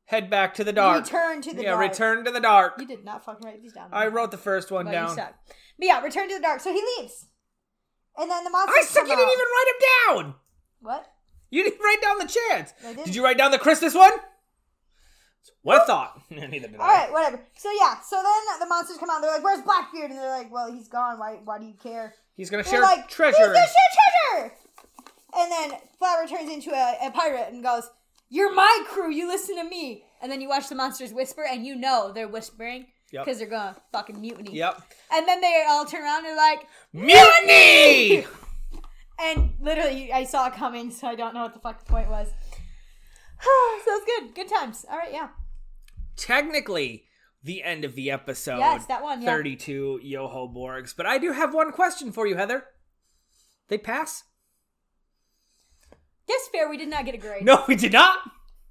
Speaker 1: Head back to the dark.
Speaker 2: Return to the
Speaker 1: yeah,
Speaker 2: dark.
Speaker 1: return to the dark.
Speaker 2: You did not fucking write these down.
Speaker 1: I wrote the first one
Speaker 2: Well, you
Speaker 1: down.
Speaker 2: suck. But yeah, return to the dark. So he leaves. And then the monster.
Speaker 1: I suck. You didn't even write him down.
Speaker 2: What?
Speaker 1: You didn't write down the chance.
Speaker 2: I didn't.
Speaker 1: Did you write down the Christmas one? What I thought. Neither did
Speaker 2: All
Speaker 1: I.
Speaker 2: right, whatever. So yeah, so then the monsters come out. and They're like, "Where's Blackbeard?" And they're like, "Well, he's gone. Why? Why do you care?"
Speaker 1: He's gonna
Speaker 2: They're
Speaker 1: share
Speaker 2: like,
Speaker 1: treasure.
Speaker 2: He's gonna share treasure. And then Flower turns into a, a pirate and goes, "You're my crew. You listen to me." And then you watch the monsters whisper, and you know they're whispering
Speaker 1: Yep.
Speaker 2: because they're gonna fucking mutiny.
Speaker 1: Yep.
Speaker 2: And then they all turn around and they're like,
Speaker 1: Mutiny.
Speaker 2: and literally, I saw it coming, so I don't know what the fuck the point was. so it's good. Good times. All right, yeah.
Speaker 1: Technically, the end of the episode.
Speaker 2: Yes, that one. Yeah.
Speaker 1: 32 Yoho Borgs. But I do have one question for you, Heather. They pass?
Speaker 2: Guess fair. We did not get a grade.
Speaker 1: No, we did not.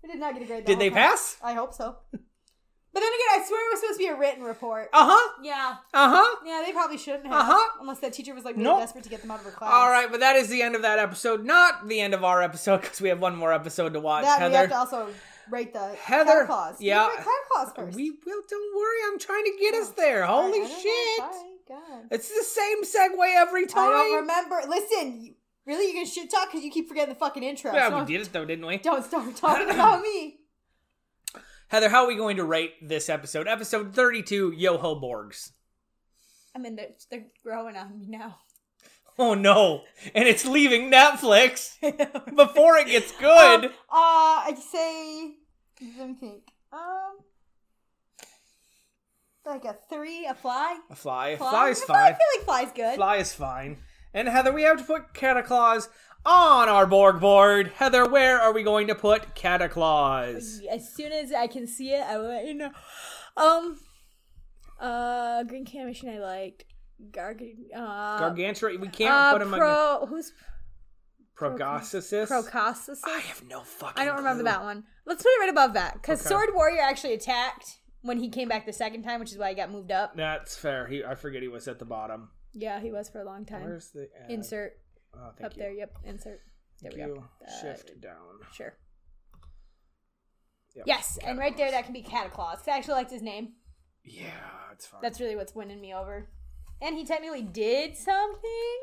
Speaker 2: we did not get a grade. that
Speaker 1: Did they
Speaker 2: whole time.
Speaker 1: pass?
Speaker 2: I hope so. But then again, I swear it was supposed to be a written report.
Speaker 1: Uh huh.
Speaker 2: Yeah.
Speaker 1: Uh huh.
Speaker 2: Yeah, they probably shouldn't have.
Speaker 1: Uh-huh.
Speaker 2: Unless that teacher was like really
Speaker 1: Nope.
Speaker 2: desperate to get them out of her class.
Speaker 1: All right, but that is the end of that episode. Not the end of our episode because we have one more episode to watch.
Speaker 2: That we have
Speaker 1: Heather,
Speaker 2: to also rate the
Speaker 1: Heather,
Speaker 2: Heather claws.
Speaker 1: yeah.
Speaker 2: we rate cloud claws first. Oh.
Speaker 1: we will. Don't worry, I'm trying to get us there.
Speaker 2: All right,
Speaker 1: Holy
Speaker 2: I don't know,
Speaker 1: shit!
Speaker 2: sorry, God.
Speaker 1: It's the same segue every
Speaker 2: I don't
Speaker 1: time.
Speaker 2: remember. Listen, you- really, you can shit talk because you keep forgetting the fucking intro. so
Speaker 1: Yeah,
Speaker 2: don't-
Speaker 1: we did it though, didn't we?
Speaker 2: Don't start talking about me.
Speaker 1: Heather, how are we going to rate this episode? Episode 32, Yoho Borgs.
Speaker 2: I mean, they're, they're growing on me now.
Speaker 1: Oh no! And it's leaving Netflix
Speaker 2: Good.
Speaker 1: before it gets good.
Speaker 2: Um, uh, I'd say. Let me think. Um, like a three, a fly.
Speaker 1: a fly, a
Speaker 2: Fly?
Speaker 1: fly's
Speaker 2: I feel-
Speaker 1: fine.
Speaker 2: I feel like fly's good.
Speaker 1: Fly is fine. And Heather, we have to put Cataclaws on our Borg board. Heather, where are we going to put Cataclaws?
Speaker 2: as soon as I can see it, I will let you know. Um, uh, Green Can Machine I liked. Garg- uh,
Speaker 1: Gargantua. We can't
Speaker 2: uh,
Speaker 1: put him on
Speaker 2: pro, who's
Speaker 1: Progossysis.
Speaker 2: Procossus?
Speaker 1: I
Speaker 2: I,
Speaker 1: have no fucking.
Speaker 2: don't remember
Speaker 1: clue.
Speaker 2: that one. Let's put it right above that because
Speaker 1: Okay.
Speaker 2: Sword Warrior actually attacked when he came back the second time, which is why he got moved up.
Speaker 1: That's fair. He, I forget he was at the bottom.
Speaker 2: Yeah, he was for a long time.
Speaker 1: Where's the ad?
Speaker 2: Insert
Speaker 1: Oh, thank
Speaker 2: up
Speaker 1: you.
Speaker 2: there. Yep, insert. There
Speaker 1: Thank
Speaker 2: we go.
Speaker 1: you. Shift
Speaker 2: Uh,
Speaker 1: down.
Speaker 2: Sure.
Speaker 1: Yep.
Speaker 2: Yes, and right there, that can be Cataclaws. 'cause I actually liked his name.
Speaker 1: Yeah, it's fine.
Speaker 2: That's really what's winning me over. And he technically did something.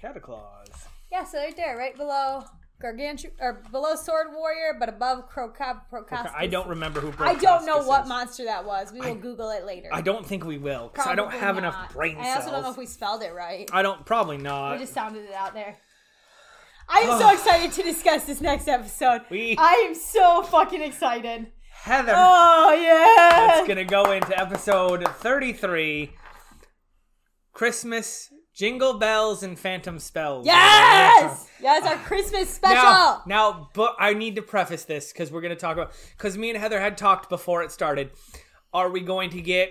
Speaker 1: Cataclaws.
Speaker 2: Yeah, so right there, right below Gargantu or below Sword Warrior, but above Crocop
Speaker 1: Okay,
Speaker 2: Procostus.
Speaker 1: I don't remember who.
Speaker 2: I don't know
Speaker 1: Progossysis
Speaker 2: what
Speaker 1: is.
Speaker 2: monster that was. We will
Speaker 1: I-
Speaker 2: Google it later.
Speaker 1: I don't think we will because I don't
Speaker 2: Probably
Speaker 1: have
Speaker 2: not.
Speaker 1: enough brain cells. Uh,
Speaker 2: I also don't know if we spelled it right.
Speaker 1: I don't. Probably
Speaker 2: We
Speaker 1: not.
Speaker 2: just sounded it out there. I am so excited to discuss this next episode.
Speaker 1: We-
Speaker 2: I am so fucking excited.
Speaker 1: Heather.
Speaker 2: Oh yeah.
Speaker 1: It's gonna go into episode 33 Christmas Jingle Bells and Phantom Spells.
Speaker 2: Yes! Yes, our Christmas special.
Speaker 1: Now, now, but I need to preface this because we're gonna talk about because me and Heather had talked before it started. Are we going to get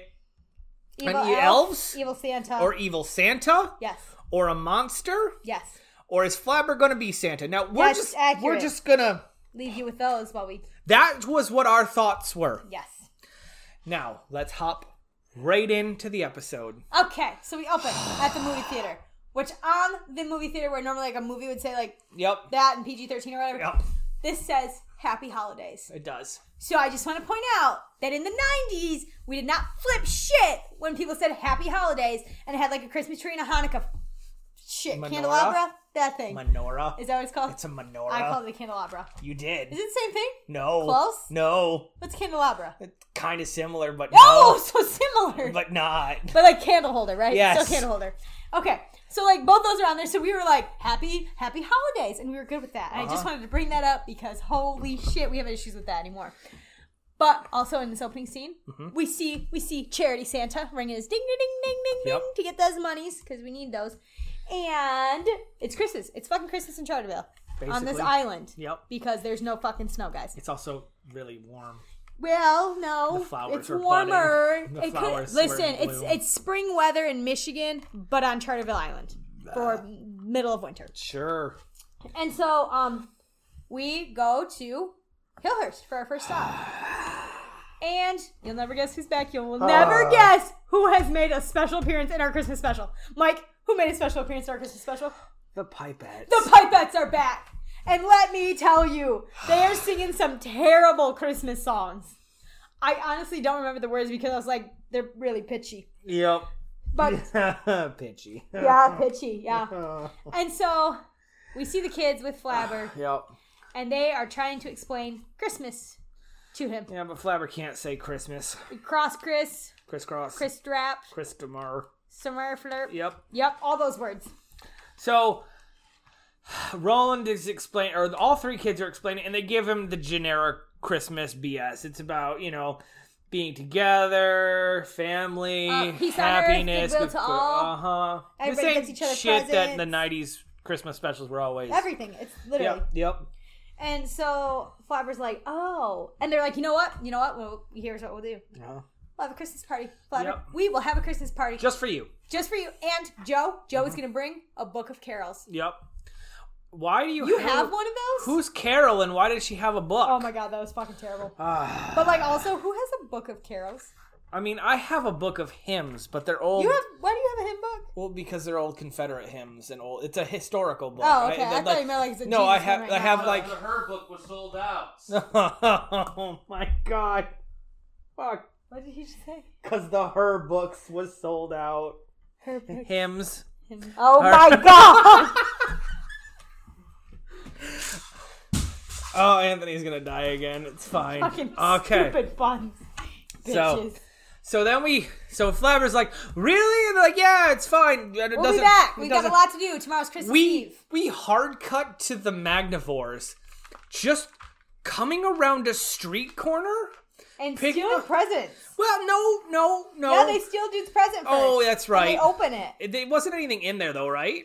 Speaker 2: evil
Speaker 1: e-
Speaker 2: elf,
Speaker 1: elves?
Speaker 2: evil Santa.
Speaker 1: or evil Santa
Speaker 2: yes.
Speaker 1: or a monster
Speaker 2: Yes.
Speaker 1: or is Flabber gonna be Santa? Now we're
Speaker 2: That's
Speaker 1: just we're
Speaker 2: accurate.
Speaker 1: just gonna.
Speaker 2: Leave you with those while we
Speaker 1: That was what our thoughts were.
Speaker 2: Yes.
Speaker 1: Now let's hop right into the episode.
Speaker 2: Okay, so we open at the movie theater, which on the movie theater where normally like a movie would say like
Speaker 1: Yep.
Speaker 2: that and PG thirteen or whatever.
Speaker 1: Yep.
Speaker 2: This says happy holidays.
Speaker 1: It does.
Speaker 2: So I just want to point out that in the 90s, we did not flip shit when people said happy holidays and it had like a Christmas tree and a Hanukkah shit.
Speaker 1: Menorah?
Speaker 2: Candelabra? That thing.
Speaker 1: Menorah.
Speaker 2: Is that what it's called?
Speaker 1: It's a menorah.
Speaker 2: I call it a candelabra.
Speaker 1: you
Speaker 2: Is
Speaker 1: did.
Speaker 2: it the same thing?
Speaker 1: No.
Speaker 2: Close?
Speaker 1: No.
Speaker 2: What's candelabra?
Speaker 1: Kind of similar, but
Speaker 2: Oh, so similar.
Speaker 1: no. But
Speaker 2: But,
Speaker 1: not.
Speaker 2: like candle holder, right?
Speaker 1: Yes.
Speaker 2: Still candle holder. Okay. So like both those are on there. So we were like happy, happy holidays, and we were good with that. And I just
Speaker 1: Uh-huh.
Speaker 2: wanted to bring that up because holy shit, we have issues with that anymore. But also in this opening scene,
Speaker 1: Mm-hmm.
Speaker 2: we see we see charity Santa ringing his ding ding ding ding ding
Speaker 1: Yep.
Speaker 2: ding to get those monies because we need those. And it's Christmas. It's fucking Christmas in Charterville on this
Speaker 1: Basically.
Speaker 2: island
Speaker 1: Yep.
Speaker 2: because there's no fucking snow, guys.
Speaker 1: It's also really warm.
Speaker 2: Well, no,
Speaker 1: The flowers
Speaker 2: it's
Speaker 1: are
Speaker 2: warmer.
Speaker 1: budding. The
Speaker 2: It could,
Speaker 1: flowers were in
Speaker 2: listen, it's
Speaker 1: bloom.
Speaker 2: it's spring weather in Michigan, but on Charterville Island for middle of winter.
Speaker 1: Sure.
Speaker 2: And so, um, we go to Hillhurst for our first stop. And you'll never guess who's back. You'll
Speaker 1: Ah.
Speaker 2: never guess who has made a special appearance in our Christmas special. Mike, who made a special appearance in our Christmas special?
Speaker 1: The pipettes.
Speaker 2: The Pipettes are back. And let me tell you, they are singing some terrible Christmas songs. I honestly don't remember the words because I was like, they're really pitchy.
Speaker 1: yep.
Speaker 2: But
Speaker 1: Pinchy.
Speaker 2: yeah, pitchy, yeah. And so we see the kids with Flabber,
Speaker 1: Yep.
Speaker 2: and they are trying to explain Christmas to him.
Speaker 1: Yeah, but Flabber can't say Christmas.
Speaker 2: Cross Chris,
Speaker 1: Crisscross.
Speaker 2: Chris Strap,
Speaker 1: Christomer.
Speaker 2: Summer Flirt.
Speaker 1: Yep.
Speaker 2: Yep, all those words.
Speaker 1: So Roland is explaining, or all three kids are explaining, and they give him the generic Christmas BS. It's about you know being together, family,
Speaker 2: Uh, peace on earth,
Speaker 1: happiness,
Speaker 2: goodwill to all.
Speaker 1: Uh huh.
Speaker 2: Everybody gives each other
Speaker 1: shit that the
Speaker 2: presents.
Speaker 1: '90s Christmas specials were always.
Speaker 2: Everything. It's literally.
Speaker 1: Yep. Yep.
Speaker 2: And so Flabber's like, oh. And they're like, you know what? You know what? Well, here's what we'll do.
Speaker 1: Uh-huh.
Speaker 2: We'll have a Christmas party. Flabber.
Speaker 1: Yep.
Speaker 2: We will have a Christmas party just,
Speaker 1: Just for you.
Speaker 2: for you and Joe. Joe
Speaker 1: Mhm.
Speaker 2: is going to bring a book of carols.
Speaker 1: Yep. Why do you?
Speaker 2: You have one of those?
Speaker 1: Who's Carol, and why did she have a book?
Speaker 2: Oh my god, that was fucking terrible.
Speaker 1: Ah.
Speaker 2: But like, also, who has a book of carols?
Speaker 1: I mean, I have a book of hymns, but they're old.
Speaker 2: You have? Why do you have a hymn book?
Speaker 1: Well, because they're old Confederate hymns and old. It's a historical book.
Speaker 2: Oh, okay. I,
Speaker 1: they're
Speaker 2: thought you meant like it's a
Speaker 1: no, I
Speaker 2: Jesus
Speaker 1: have-
Speaker 2: one
Speaker 1: I
Speaker 2: right
Speaker 1: have,
Speaker 2: now.
Speaker 1: like-
Speaker 3: the her book was sold out.
Speaker 1: oh my god! Fuck,
Speaker 2: What did he just say?
Speaker 1: because the her books was sold out.
Speaker 2: Her book.
Speaker 1: Hymns.
Speaker 2: Oh
Speaker 1: Her-
Speaker 2: my god!
Speaker 1: Oh, Anthony's gonna die again. It's fine.
Speaker 2: fucking
Speaker 1: okay.
Speaker 2: stupid buns.
Speaker 1: So-
Speaker 2: Bitches.
Speaker 1: So then we. So Flabber's like, really? And they're like, yeah, it's fine. It
Speaker 2: we'll be
Speaker 1: doesn't-
Speaker 2: back.
Speaker 1: it
Speaker 2: We've got a
Speaker 1: doesn't-
Speaker 2: lot to do. Tomorrow's Christmas
Speaker 1: We
Speaker 2: Eve.
Speaker 1: we hard cut to the Magnivores, just coming around a street corner.
Speaker 2: And
Speaker 1: Pick
Speaker 2: steal
Speaker 1: up-
Speaker 2: presents.
Speaker 1: Well, no, no, no.
Speaker 2: Yeah, they steal dude's present first.
Speaker 1: Oh, that's
Speaker 2: and they
Speaker 1: right.
Speaker 2: open it.
Speaker 1: It, there wasn't anything in there though, right?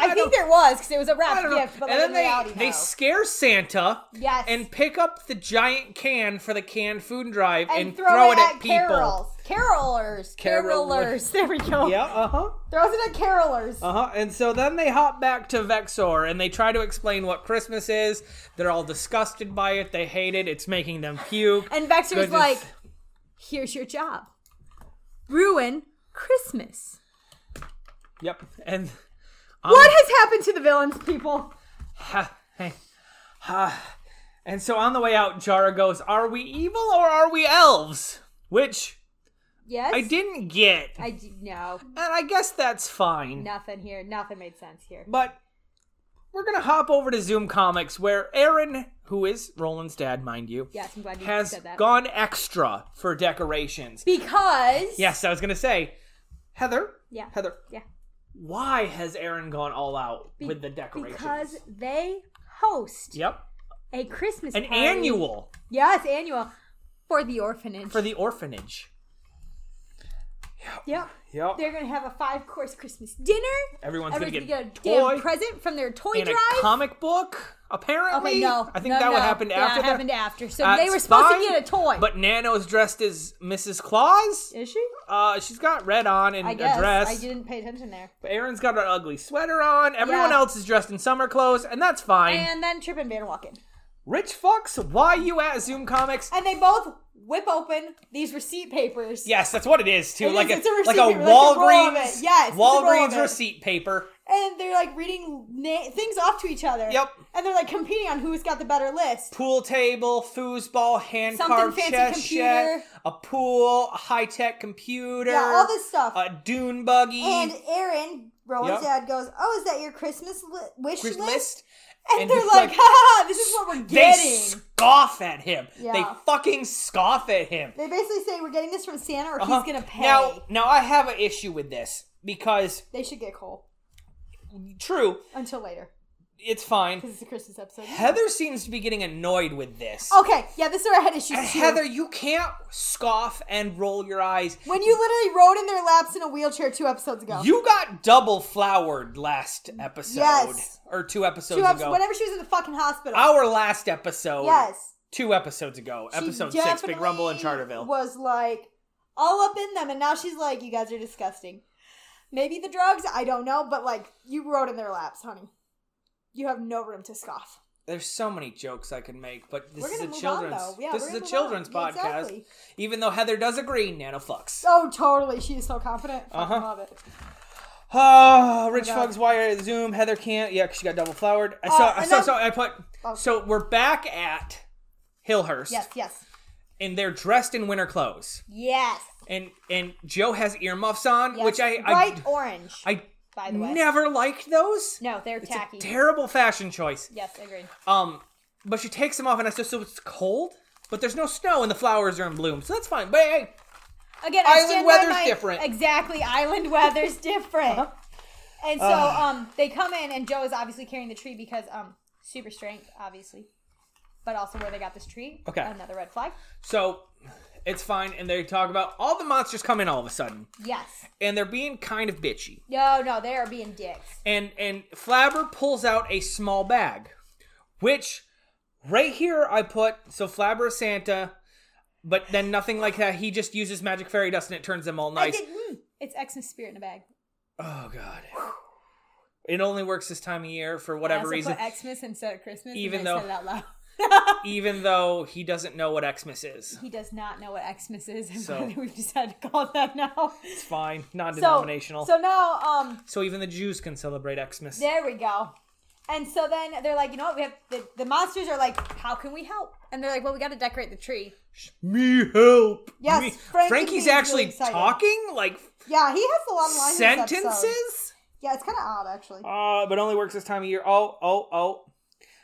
Speaker 2: I,
Speaker 1: don't-
Speaker 2: think there was because it was a
Speaker 1: I
Speaker 2: wrapped
Speaker 1: don't know.
Speaker 2: gift, Uh, but like
Speaker 1: and
Speaker 2: in reality,
Speaker 1: then they, they
Speaker 2: no.
Speaker 1: scare Santa
Speaker 2: Yes.
Speaker 1: and pick up the giant can for the canned food drive and,
Speaker 2: And throw, it, at,
Speaker 1: people.
Speaker 2: carols, carolers, carolers.
Speaker 1: Carolers.
Speaker 2: There we go.
Speaker 1: Yeah, uh huh,
Speaker 2: Throws it at carolers.
Speaker 1: uh huh. And so then they hop back to Vexor and they try to explain what Christmas is. They're all disgusted by it. They hate it. It's making them puke.
Speaker 2: and Vexer's
Speaker 1: Goodness.
Speaker 2: like, "Here's your job. Ruin Christmas."
Speaker 1: yep. And
Speaker 2: What has happened to the villains, people?
Speaker 1: ha, hey, ha. And so on the way out, Jara goes, "Are we evil or are we elves?" Which
Speaker 2: Yes,
Speaker 1: I didn't get,
Speaker 2: I d- no,
Speaker 1: and I guess that's fine.
Speaker 2: nothing here. Nothing made sense here.
Speaker 1: But we're gonna hop over to Zoom Comics where Aaron, who is Roland's dad, mind you,
Speaker 2: Yes, I'm glad you
Speaker 1: has
Speaker 2: said that.
Speaker 1: gone extra for decorations.
Speaker 2: because
Speaker 1: yes, I was gonna say, Heather.
Speaker 2: Yeah.
Speaker 1: Heather.
Speaker 2: Yeah.
Speaker 1: Why has Aaron gone all out
Speaker 2: Be-
Speaker 1: with the decorations?
Speaker 2: because they host
Speaker 1: Yep.
Speaker 2: a Christmas
Speaker 1: An
Speaker 2: party.
Speaker 1: annual
Speaker 2: Yes, annual for the orphanage.
Speaker 1: for the orphanage.
Speaker 2: yep.
Speaker 1: Yep.
Speaker 2: They're gonna have a five course Christmas dinner.
Speaker 1: Everyone's gonna
Speaker 2: Everybody's
Speaker 1: get,
Speaker 2: gonna get a
Speaker 1: a
Speaker 2: damn
Speaker 1: toy
Speaker 2: present from their toy
Speaker 1: and a
Speaker 2: drive.
Speaker 1: comic book. Apparently,
Speaker 2: okay, no,
Speaker 1: I think
Speaker 2: no,
Speaker 1: that would
Speaker 2: no.
Speaker 1: happen
Speaker 2: Yeah,
Speaker 1: after
Speaker 2: it
Speaker 1: that.
Speaker 2: happened after. So
Speaker 1: That's
Speaker 2: they were supposed
Speaker 1: fine,
Speaker 2: to get a toy.
Speaker 1: But Nano's dressed as Mrs. Claus.
Speaker 2: is she?
Speaker 1: Uh, she's got red on and
Speaker 2: I guess
Speaker 1: a dress.
Speaker 2: I didn't pay attention there.
Speaker 1: Aaron's got an ugly sweater on. Everyone
Speaker 2: Yeah.
Speaker 1: else is dressed in summer clothes, and that's fine.
Speaker 2: And then Trip and Van walking.
Speaker 1: Rich fucks, why you at Zoom Comics?
Speaker 2: And they both whip open these receipt papers.
Speaker 1: Yes, that's what it is too.
Speaker 2: It
Speaker 1: like
Speaker 2: is,
Speaker 1: a,
Speaker 2: it's a receipt
Speaker 1: like a
Speaker 2: paper, like a roll of
Speaker 1: Walgreens,
Speaker 2: it. Yes, it's a roll of
Speaker 1: Walgreens
Speaker 2: it.
Speaker 1: receipt paper.
Speaker 2: And they're like reading na- things off to each other.
Speaker 1: Yep.
Speaker 2: And they're like competing on who's got the better list.
Speaker 1: Pool table, foosball, hand
Speaker 2: Something
Speaker 1: carved
Speaker 2: fancy
Speaker 1: chess
Speaker 2: computer.
Speaker 1: set, a pool, a high tech computer,
Speaker 2: Yeah, all this stuff.
Speaker 1: a dune buggy,
Speaker 2: and Aaron, Rowan's
Speaker 1: Yep.
Speaker 2: dad, goes, "Oh, is that your Christmas li- wish
Speaker 1: Chris
Speaker 2: list?"
Speaker 1: list.
Speaker 2: And,
Speaker 1: And
Speaker 2: they're
Speaker 1: he's
Speaker 2: like,
Speaker 1: like,
Speaker 2: "Ha ha! This is what we're
Speaker 1: They
Speaker 2: getting."
Speaker 1: scoff at him. They
Speaker 2: Yeah.
Speaker 1: fucking scoff at him.
Speaker 2: They basically say we're getting this from Santa, or
Speaker 1: Uh-huh.
Speaker 2: he's gonna pay.
Speaker 1: Now, now I have an issue with this because
Speaker 2: they should get Cole
Speaker 1: true,
Speaker 2: until later
Speaker 1: it's fine.
Speaker 2: because it's a Christmas episode.
Speaker 1: Heather seems to be getting annoyed with this.
Speaker 2: Okay, yeah, this is where I had issues.
Speaker 1: And
Speaker 2: too.
Speaker 1: Uh, Heather, you can't scoff and roll your eyes.
Speaker 2: when you literally rode in their laps in a wheelchair two episodes ago,
Speaker 1: You got double flowered last episode.
Speaker 2: Yes.
Speaker 1: Or two episodes
Speaker 2: two episodes,
Speaker 1: ago.
Speaker 2: whenever she was in the fucking hospital.
Speaker 1: Our last episode.
Speaker 2: yes,
Speaker 1: Two episodes ago.
Speaker 2: She
Speaker 1: episode six, Big
Speaker 2: definitely
Speaker 1: Rumble in Charterville.
Speaker 2: was like all up in them, and now she's like, "You guys are disgusting." Maybe the drugs, I don't know, but like you rode in their laps, honey. You have no room to scoff.
Speaker 1: There's so many jokes I could make, but this
Speaker 2: we're
Speaker 1: is
Speaker 2: gonna
Speaker 1: a
Speaker 2: move
Speaker 1: children's
Speaker 2: on though. Yeah,
Speaker 1: this
Speaker 2: we're
Speaker 1: is a
Speaker 2: gonna move
Speaker 1: children's
Speaker 2: on.
Speaker 1: podcast.
Speaker 2: Yeah, Exactly.
Speaker 1: Even though Heather does agree, Nano fucks.
Speaker 2: Oh, totally. She is so confident. I
Speaker 1: Uh-huh.
Speaker 2: love it.
Speaker 1: Oh, Rich
Speaker 2: God.
Speaker 1: Fugs Wire Zoom. Heather can't. Yeah, 'cause she got double flowered. I
Speaker 2: Uh,
Speaker 1: saw. I
Speaker 2: and
Speaker 1: saw.
Speaker 2: then-
Speaker 1: so I put.
Speaker 2: Oh.
Speaker 1: So we're back at Hillhurst,
Speaker 2: Yes, yes,
Speaker 1: and they're dressed in winter clothes,
Speaker 2: yes.
Speaker 1: and and Joe has earmuffs on,
Speaker 2: yes.
Speaker 1: which I
Speaker 2: bright orange.
Speaker 1: I, I
Speaker 2: by the way,
Speaker 1: never liked those.
Speaker 2: no, they're
Speaker 1: It's a
Speaker 2: tacky.
Speaker 1: terrible fashion choice.
Speaker 2: yes, agreed.
Speaker 1: Um, but she takes them off, and I said, so it's cold, but there's no snow, and the flowers are in bloom, so that's fine. But hey,
Speaker 2: Again, I
Speaker 1: Island
Speaker 2: stand by
Speaker 1: weather's
Speaker 2: my-
Speaker 1: different. Uh-huh.
Speaker 2: Exactly, island weather's different. And so, um, they come in, and Joe is obviously carrying the tree because, um, super strength, obviously, but also where they got this tree.
Speaker 1: Okay.
Speaker 2: another red flag.
Speaker 1: so it's fine. And they talk about all the monsters come in all of a sudden,
Speaker 2: Yes.
Speaker 1: and they're being kind of bitchy.
Speaker 2: No, no, they are being dicks.
Speaker 1: and and Flabber pulls out a small bag, which right here I put so Flabber is Santa, but then nothing like that. He just uses magic fairy dust and it turns them all
Speaker 2: I
Speaker 1: nice.
Speaker 2: did. Mm, it's Xmas spirit in a bag.
Speaker 1: Oh god. It only works this time of year for
Speaker 2: I
Speaker 1: whatever
Speaker 2: also
Speaker 1: reason,
Speaker 2: put Xmas instead of Christmas. and
Speaker 1: Even
Speaker 2: I
Speaker 1: though-
Speaker 2: said it out loud.
Speaker 1: even though he doesn't know what Xmas is.
Speaker 2: He does not know what Xmas is, and
Speaker 1: So-
Speaker 2: we've decided to call it that now.
Speaker 1: It's fine,
Speaker 2: So,
Speaker 1: non-denominational. So,
Speaker 2: so now, um,
Speaker 1: even the Jews can celebrate Xmas.
Speaker 2: there we go. And so then they're like, you know what? We have the, the monsters are like, how can we help? And they're like, well, we got to decorate the tree.
Speaker 1: Me help.
Speaker 2: Yes,
Speaker 1: me-
Speaker 2: Frank is
Speaker 1: Frankie's
Speaker 2: really
Speaker 1: actually
Speaker 2: excited. Oh,
Speaker 1: talking like
Speaker 2: Yeah, he has a long line. in this episode.
Speaker 1: sentences.
Speaker 2: Yeah, it's kind of odd actually.
Speaker 1: Uh, but only works this time of year. Oh, oh, oh.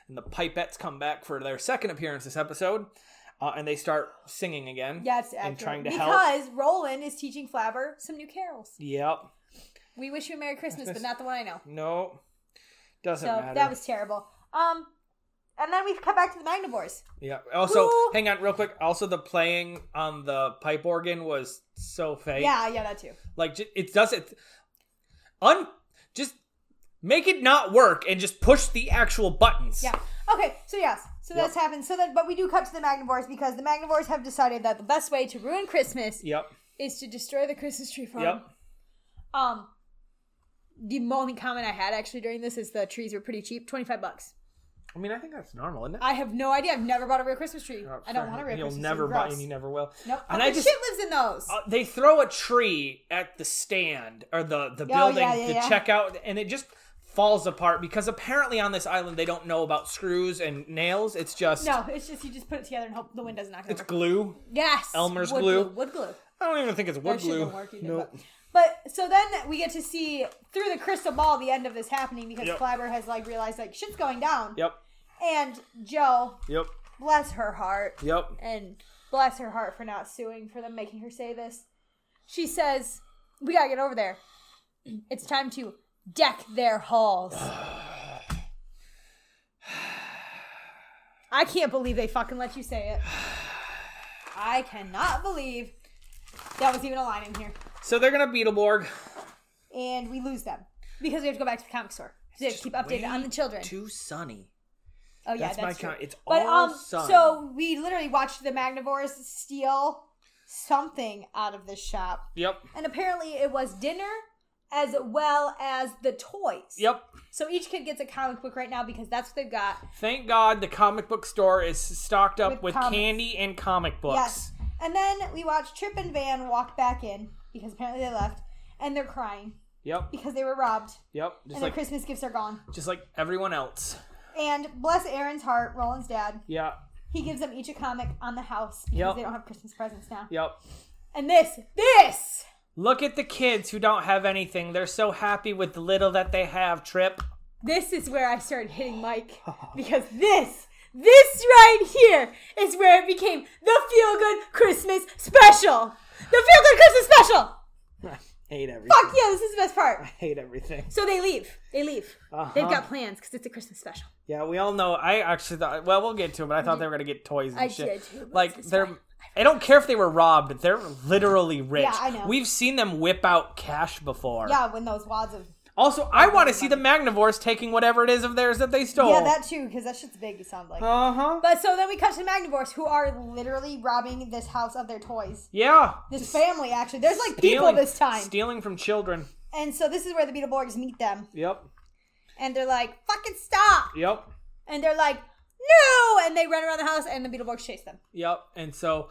Speaker 1: And the pipettes come back for their second appearance this episode. Uh, and they start singing again.
Speaker 2: Yeah, it's accurate.
Speaker 1: And trying to help.
Speaker 2: because Roland is teaching Flabber some new carols.
Speaker 1: Yep.
Speaker 2: We wish you a Merry Christmas, but not the one I know.
Speaker 1: No. Doesn't
Speaker 2: so
Speaker 1: matter.
Speaker 2: that was terrible. Um, and then we come back to the Magnivores.
Speaker 1: yeah. Also,
Speaker 2: Woo!
Speaker 1: hang on real quick. Also, the playing on the pipe organ was so fake.
Speaker 2: Yeah, yeah, that too.
Speaker 1: Like, j- it does it. Un. Just make it not work and just push the actual buttons.
Speaker 2: Yeah. Okay. So yes. So that's happened. So then, but we do cut to the Magnivores because the Magnivores have decided that the best way to ruin Christmas
Speaker 1: Yep.
Speaker 2: is to destroy the Christmas tree farm.
Speaker 1: Yep.
Speaker 2: Um. The only comment I had actually during this is the trees were pretty cheap, twenty five bucks.
Speaker 1: I mean, I think that's normal, isn't it?
Speaker 2: I have no idea. I've never bought a real Christmas tree. I don't want a real
Speaker 1: You'll
Speaker 2: Christmas
Speaker 1: never
Speaker 2: tree.
Speaker 1: buy,
Speaker 2: Gross.
Speaker 1: and you never will.
Speaker 2: Nope.
Speaker 1: And
Speaker 2: And
Speaker 1: I just
Speaker 2: shit lives in those.
Speaker 1: Uh, they throw a tree at the stand or the the
Speaker 2: Oh, yeah,
Speaker 1: building
Speaker 2: yeah,
Speaker 1: the
Speaker 2: yeah.
Speaker 1: checkout and it just falls apart because apparently on this island they don't know about screws and nails it's just
Speaker 2: no, it's just you just put it together and hope the wind doesn't knock it
Speaker 1: it's
Speaker 2: over.
Speaker 1: glue
Speaker 2: yes.
Speaker 1: Elmer's
Speaker 2: wood
Speaker 1: glue.
Speaker 2: Wood glue.
Speaker 1: i don't even think it's wood
Speaker 2: That shit
Speaker 1: glue
Speaker 2: don't work either,
Speaker 1: Nope.
Speaker 2: But so then we get to see through the crystal ball the end of this happening because
Speaker 1: Yep.
Speaker 2: Flabber has like realized like shit's going down.
Speaker 1: yep
Speaker 2: And Joe,
Speaker 1: yep
Speaker 2: bless her heart,
Speaker 1: yep
Speaker 2: and bless her heart for not suing for them making her say this. She says, "We gotta get over there. It's time to deck their halls." I can't believe they fucking let you say it. I cannot believe that was even a line in here.
Speaker 1: so they're gonna beetleborg
Speaker 2: and we lose them because we have to go back to the comic store. We have to keep updated on the children.
Speaker 1: too sunny
Speaker 2: oh yeah,
Speaker 1: that's
Speaker 2: that's,
Speaker 1: my
Speaker 2: true.
Speaker 1: count. It's
Speaker 2: but
Speaker 1: all
Speaker 2: um,
Speaker 1: sun.
Speaker 2: so we literally watched the Magnivores steal something out of this shop,
Speaker 1: yep
Speaker 2: and apparently it was dinner as well as the toys.
Speaker 1: Yep.
Speaker 2: So each kid gets a comic book right now because that's what they've got.
Speaker 1: Thank God the comic book store is stocked up
Speaker 2: With
Speaker 1: with,
Speaker 2: comics.
Speaker 1: candy and comic books.
Speaker 2: Yes. And then we watch Trip and Van walk back in because apparently they left and they're crying
Speaker 1: Yep.
Speaker 2: because they were robbed
Speaker 1: Yep.
Speaker 2: and
Speaker 1: Just like
Speaker 2: their Christmas gifts are gone.
Speaker 1: just like everyone else.
Speaker 2: And bless Aaron's heart, Roland's dad,
Speaker 1: Yeah.
Speaker 2: he gives them each a comic on the house because
Speaker 1: Yep.
Speaker 2: they don't have Christmas presents now.
Speaker 1: Yep.
Speaker 2: And this, this,
Speaker 1: Look at the kids who don't have anything. They're so happy with the little that they have, Trip.
Speaker 2: this is where I started hitting Mike because this, this right here is where it became the Feel Good Christmas Special. The Feel Good Christmas Special.
Speaker 1: I hate everything.
Speaker 2: Fuck yeah, this is the best part.
Speaker 1: hate everything.
Speaker 2: So they leave. They leave. They've got plans because it's a Christmas special.
Speaker 1: Yeah, we all know. I actually thought. Well, we'll get to it, but I thought they were gonna get toys and
Speaker 2: I
Speaker 1: shit.
Speaker 2: did too, but
Speaker 1: like
Speaker 2: it's
Speaker 1: they're.
Speaker 2: fine.
Speaker 1: I don't care if they were robbed. They're literally rich.
Speaker 2: Yeah, I know.
Speaker 1: We've seen them whip out cash before.
Speaker 2: Yeah, when those wads of
Speaker 1: Also, I want to see the Magnivores taking whatever it is of theirs that they stole.
Speaker 2: yeah, that too, because that shit's big. You sound like.
Speaker 1: Uh huh.
Speaker 2: But so then we cut to the Magnivores, who are literally robbing this house of their toys.
Speaker 1: Yeah.
Speaker 2: This
Speaker 1: Just
Speaker 2: family, actually, there's like people
Speaker 1: stealing-
Speaker 2: this time,
Speaker 1: Stealing from children.
Speaker 2: and so this is where the Beetleborgs meet them,
Speaker 1: Yep.
Speaker 2: and they're like, "Fucking stop!"
Speaker 1: Yep.
Speaker 2: and they're like, "No!" and they run around the house, and the Beetleborgs chase them.
Speaker 1: Yep. And so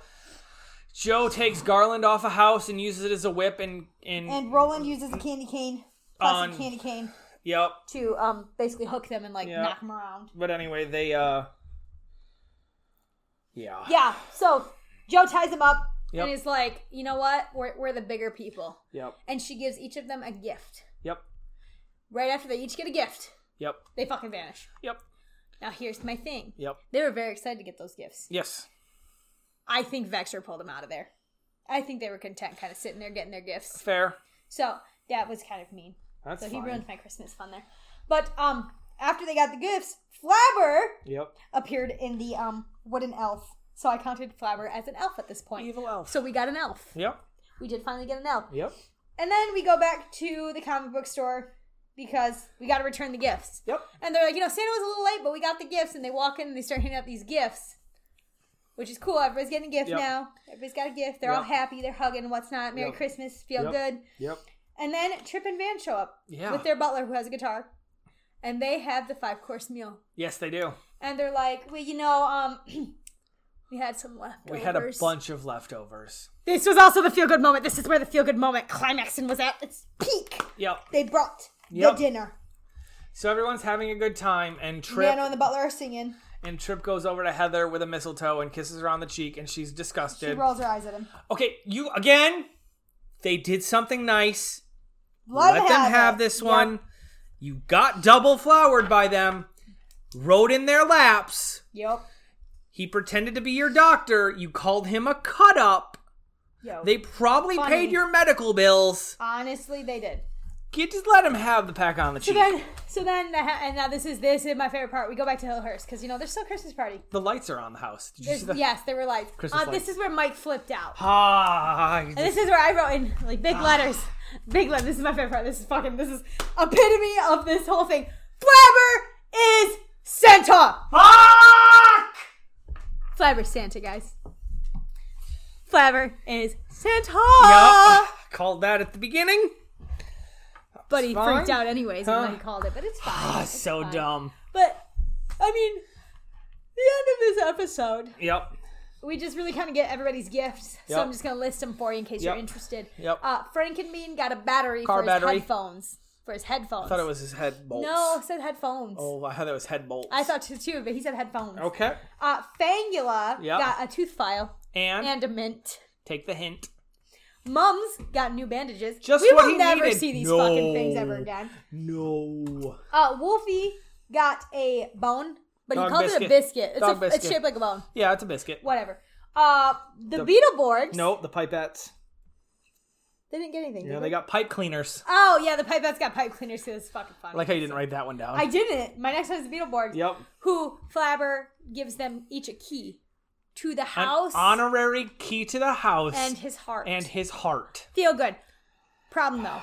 Speaker 1: Joe takes Garland off a house and uses it as a whip and and,
Speaker 2: And Roland uses a candy cane, plastic
Speaker 1: On-
Speaker 2: candy cane,
Speaker 1: yep.
Speaker 2: to um basically hook them and like
Speaker 1: Yeah.
Speaker 2: knock them around.
Speaker 1: But anyway, they uh Yeah.
Speaker 2: Yeah. So Joe ties them up
Speaker 1: Yep.
Speaker 2: and is like, you know what? We're, we're the bigger people.
Speaker 1: Yep.
Speaker 2: And she gives each of them a gift.
Speaker 1: Yep.
Speaker 2: Right after they each get a gift,
Speaker 1: Yep.
Speaker 2: they fucking vanish.
Speaker 1: Yep.
Speaker 2: Now here's my thing.
Speaker 1: Yep.
Speaker 2: They were very excited to get those gifts.
Speaker 1: Yes.
Speaker 2: I think Vexor pulled them out of there. I think they were content, kind of sitting there getting their gifts.
Speaker 1: Fair.
Speaker 2: So that was kind of mean.
Speaker 1: That's
Speaker 2: So he
Speaker 1: fine.
Speaker 2: ruined my Christmas fun there. But um, after they got the gifts, Flabber
Speaker 1: Yep.
Speaker 2: appeared in the um wooden elf. So I counted Flabber as an elf at this point.
Speaker 1: Evil elf.
Speaker 2: So we got an elf.
Speaker 1: Yep.
Speaker 2: we did finally get an elf.
Speaker 1: Yep.
Speaker 2: And then we go back to the comic book store because we got to return the gifts.
Speaker 1: Yep.
Speaker 2: And they're like, you know, Santa was a little late, but we got the gifts. And they walk in and they start handing out these gifts, which is cool. Everybody's getting a gift
Speaker 1: Yep.
Speaker 2: now. Everybody's got a gift. They're all
Speaker 1: Yep.
Speaker 2: happy. They're hugging. What's not? Merry
Speaker 1: Yep.
Speaker 2: Christmas. Feel
Speaker 1: Yep.
Speaker 2: good.
Speaker 1: Yep.
Speaker 2: And then Trip and Van show up
Speaker 1: Yeah.
Speaker 2: with their butler who has a guitar, and they have the five course meal.
Speaker 1: yes, they do.
Speaker 2: And they're like, well, you know, um, we had some leftovers.
Speaker 1: We had a bunch of leftovers.
Speaker 2: This was also the feel good moment. This is where the feel good moment climaxing was at its peak.
Speaker 1: Yep.
Speaker 2: They brought
Speaker 1: Yep.
Speaker 2: the dinner.
Speaker 1: So everyone's having a good time and Trip
Speaker 2: Nano and the butler are singing.
Speaker 1: and Trip goes over to Heather with a mistletoe and kisses her on the cheek and she's
Speaker 2: She
Speaker 1: disgusted.
Speaker 2: rolls her eyes at him.
Speaker 1: Okay, you again. They did something nice.
Speaker 2: Let,
Speaker 1: Let them have this one. You got double flowered by them. Rode in their laps.
Speaker 2: Yep.
Speaker 1: He pretended to be your doctor. You called him a cut up.
Speaker 2: Yep.
Speaker 1: They probably
Speaker 2: Funny.
Speaker 1: paid your medical bills.
Speaker 2: Honestly, they did.
Speaker 1: You just let him have the pack on the
Speaker 2: So
Speaker 1: cheek.
Speaker 2: then, so then, the ha- and now this is this is my favorite part. We go back to Hillhurst because you know there's still Christmas party.
Speaker 1: the lights are on the house. Did you
Speaker 2: There's,
Speaker 1: see the?
Speaker 2: yes, there were lights.
Speaker 1: Christmas
Speaker 2: Uh, this
Speaker 1: lights.
Speaker 2: is where Mike flipped out.
Speaker 1: Ah,
Speaker 2: And this is where I wrote in like big letters, big letters. This is my favorite part. This is fucking. This is epitome of this whole thing. Flabber is Santa.
Speaker 1: fuck!
Speaker 2: Flabber's Santa, guys. Flabber is Santa.
Speaker 1: Yup.
Speaker 2: Ah!
Speaker 1: Called that at the beginning.
Speaker 2: But he
Speaker 1: Fine.
Speaker 2: freaked out anyways
Speaker 1: Huh?
Speaker 2: when he called it, but it's fine.
Speaker 1: Ah,
Speaker 2: It's
Speaker 1: so
Speaker 2: fine.
Speaker 1: dumb.
Speaker 2: But I mean, the end of this episode,
Speaker 1: Yep.
Speaker 2: we just really kind of get everybody's gifts. So
Speaker 1: Yep.
Speaker 2: I'm just gonna list them for you in case you're
Speaker 1: Yep.
Speaker 2: interested.
Speaker 1: Yep.
Speaker 2: Uh, Frankenbean got a battery
Speaker 1: Car
Speaker 2: for
Speaker 1: battery.
Speaker 2: his headphones. For his headphones.
Speaker 1: I thought it was his head bolts.
Speaker 2: No, it said headphones.
Speaker 1: Oh, I thought it was head bolts.
Speaker 2: I thought so too, but he said headphones.
Speaker 1: Okay.
Speaker 2: Uh, Fangula
Speaker 1: Yep.
Speaker 2: got a tooth file
Speaker 1: And,
Speaker 2: and a mint.
Speaker 1: take the hint.
Speaker 2: Mums got new bandages.
Speaker 1: Just
Speaker 2: we
Speaker 1: what
Speaker 2: will
Speaker 1: he
Speaker 2: never
Speaker 1: needed.
Speaker 2: see these
Speaker 1: No.
Speaker 2: fucking things ever again.
Speaker 1: No.
Speaker 2: Uh, Wolfie got a bone, but he
Speaker 1: Dog
Speaker 2: called it a
Speaker 1: biscuit.
Speaker 2: biscuit. It's,
Speaker 1: Dog
Speaker 2: a, it's
Speaker 1: biscuit.
Speaker 2: shaped like a bone.
Speaker 1: Yeah, it's a biscuit.
Speaker 2: Whatever. Uh,
Speaker 1: The-
Speaker 2: the, Beetleborgs.
Speaker 1: Nope, the pipettes.
Speaker 2: They didn't get anything.
Speaker 1: Yeah,
Speaker 2: did
Speaker 1: they got pipe cleaners.
Speaker 2: Oh yeah, the pipettes got pipe cleaners. So it's fucking
Speaker 1: I
Speaker 2: funny.
Speaker 1: like how you didn't write that one down.
Speaker 2: I didn't. My next one is the Beetleborgs.
Speaker 1: yep.
Speaker 2: Who Flabber gives them each a key to the
Speaker 1: An
Speaker 2: house
Speaker 1: honorary key to the house
Speaker 2: and his heart
Speaker 1: and his heart.
Speaker 2: feel good. Problem though,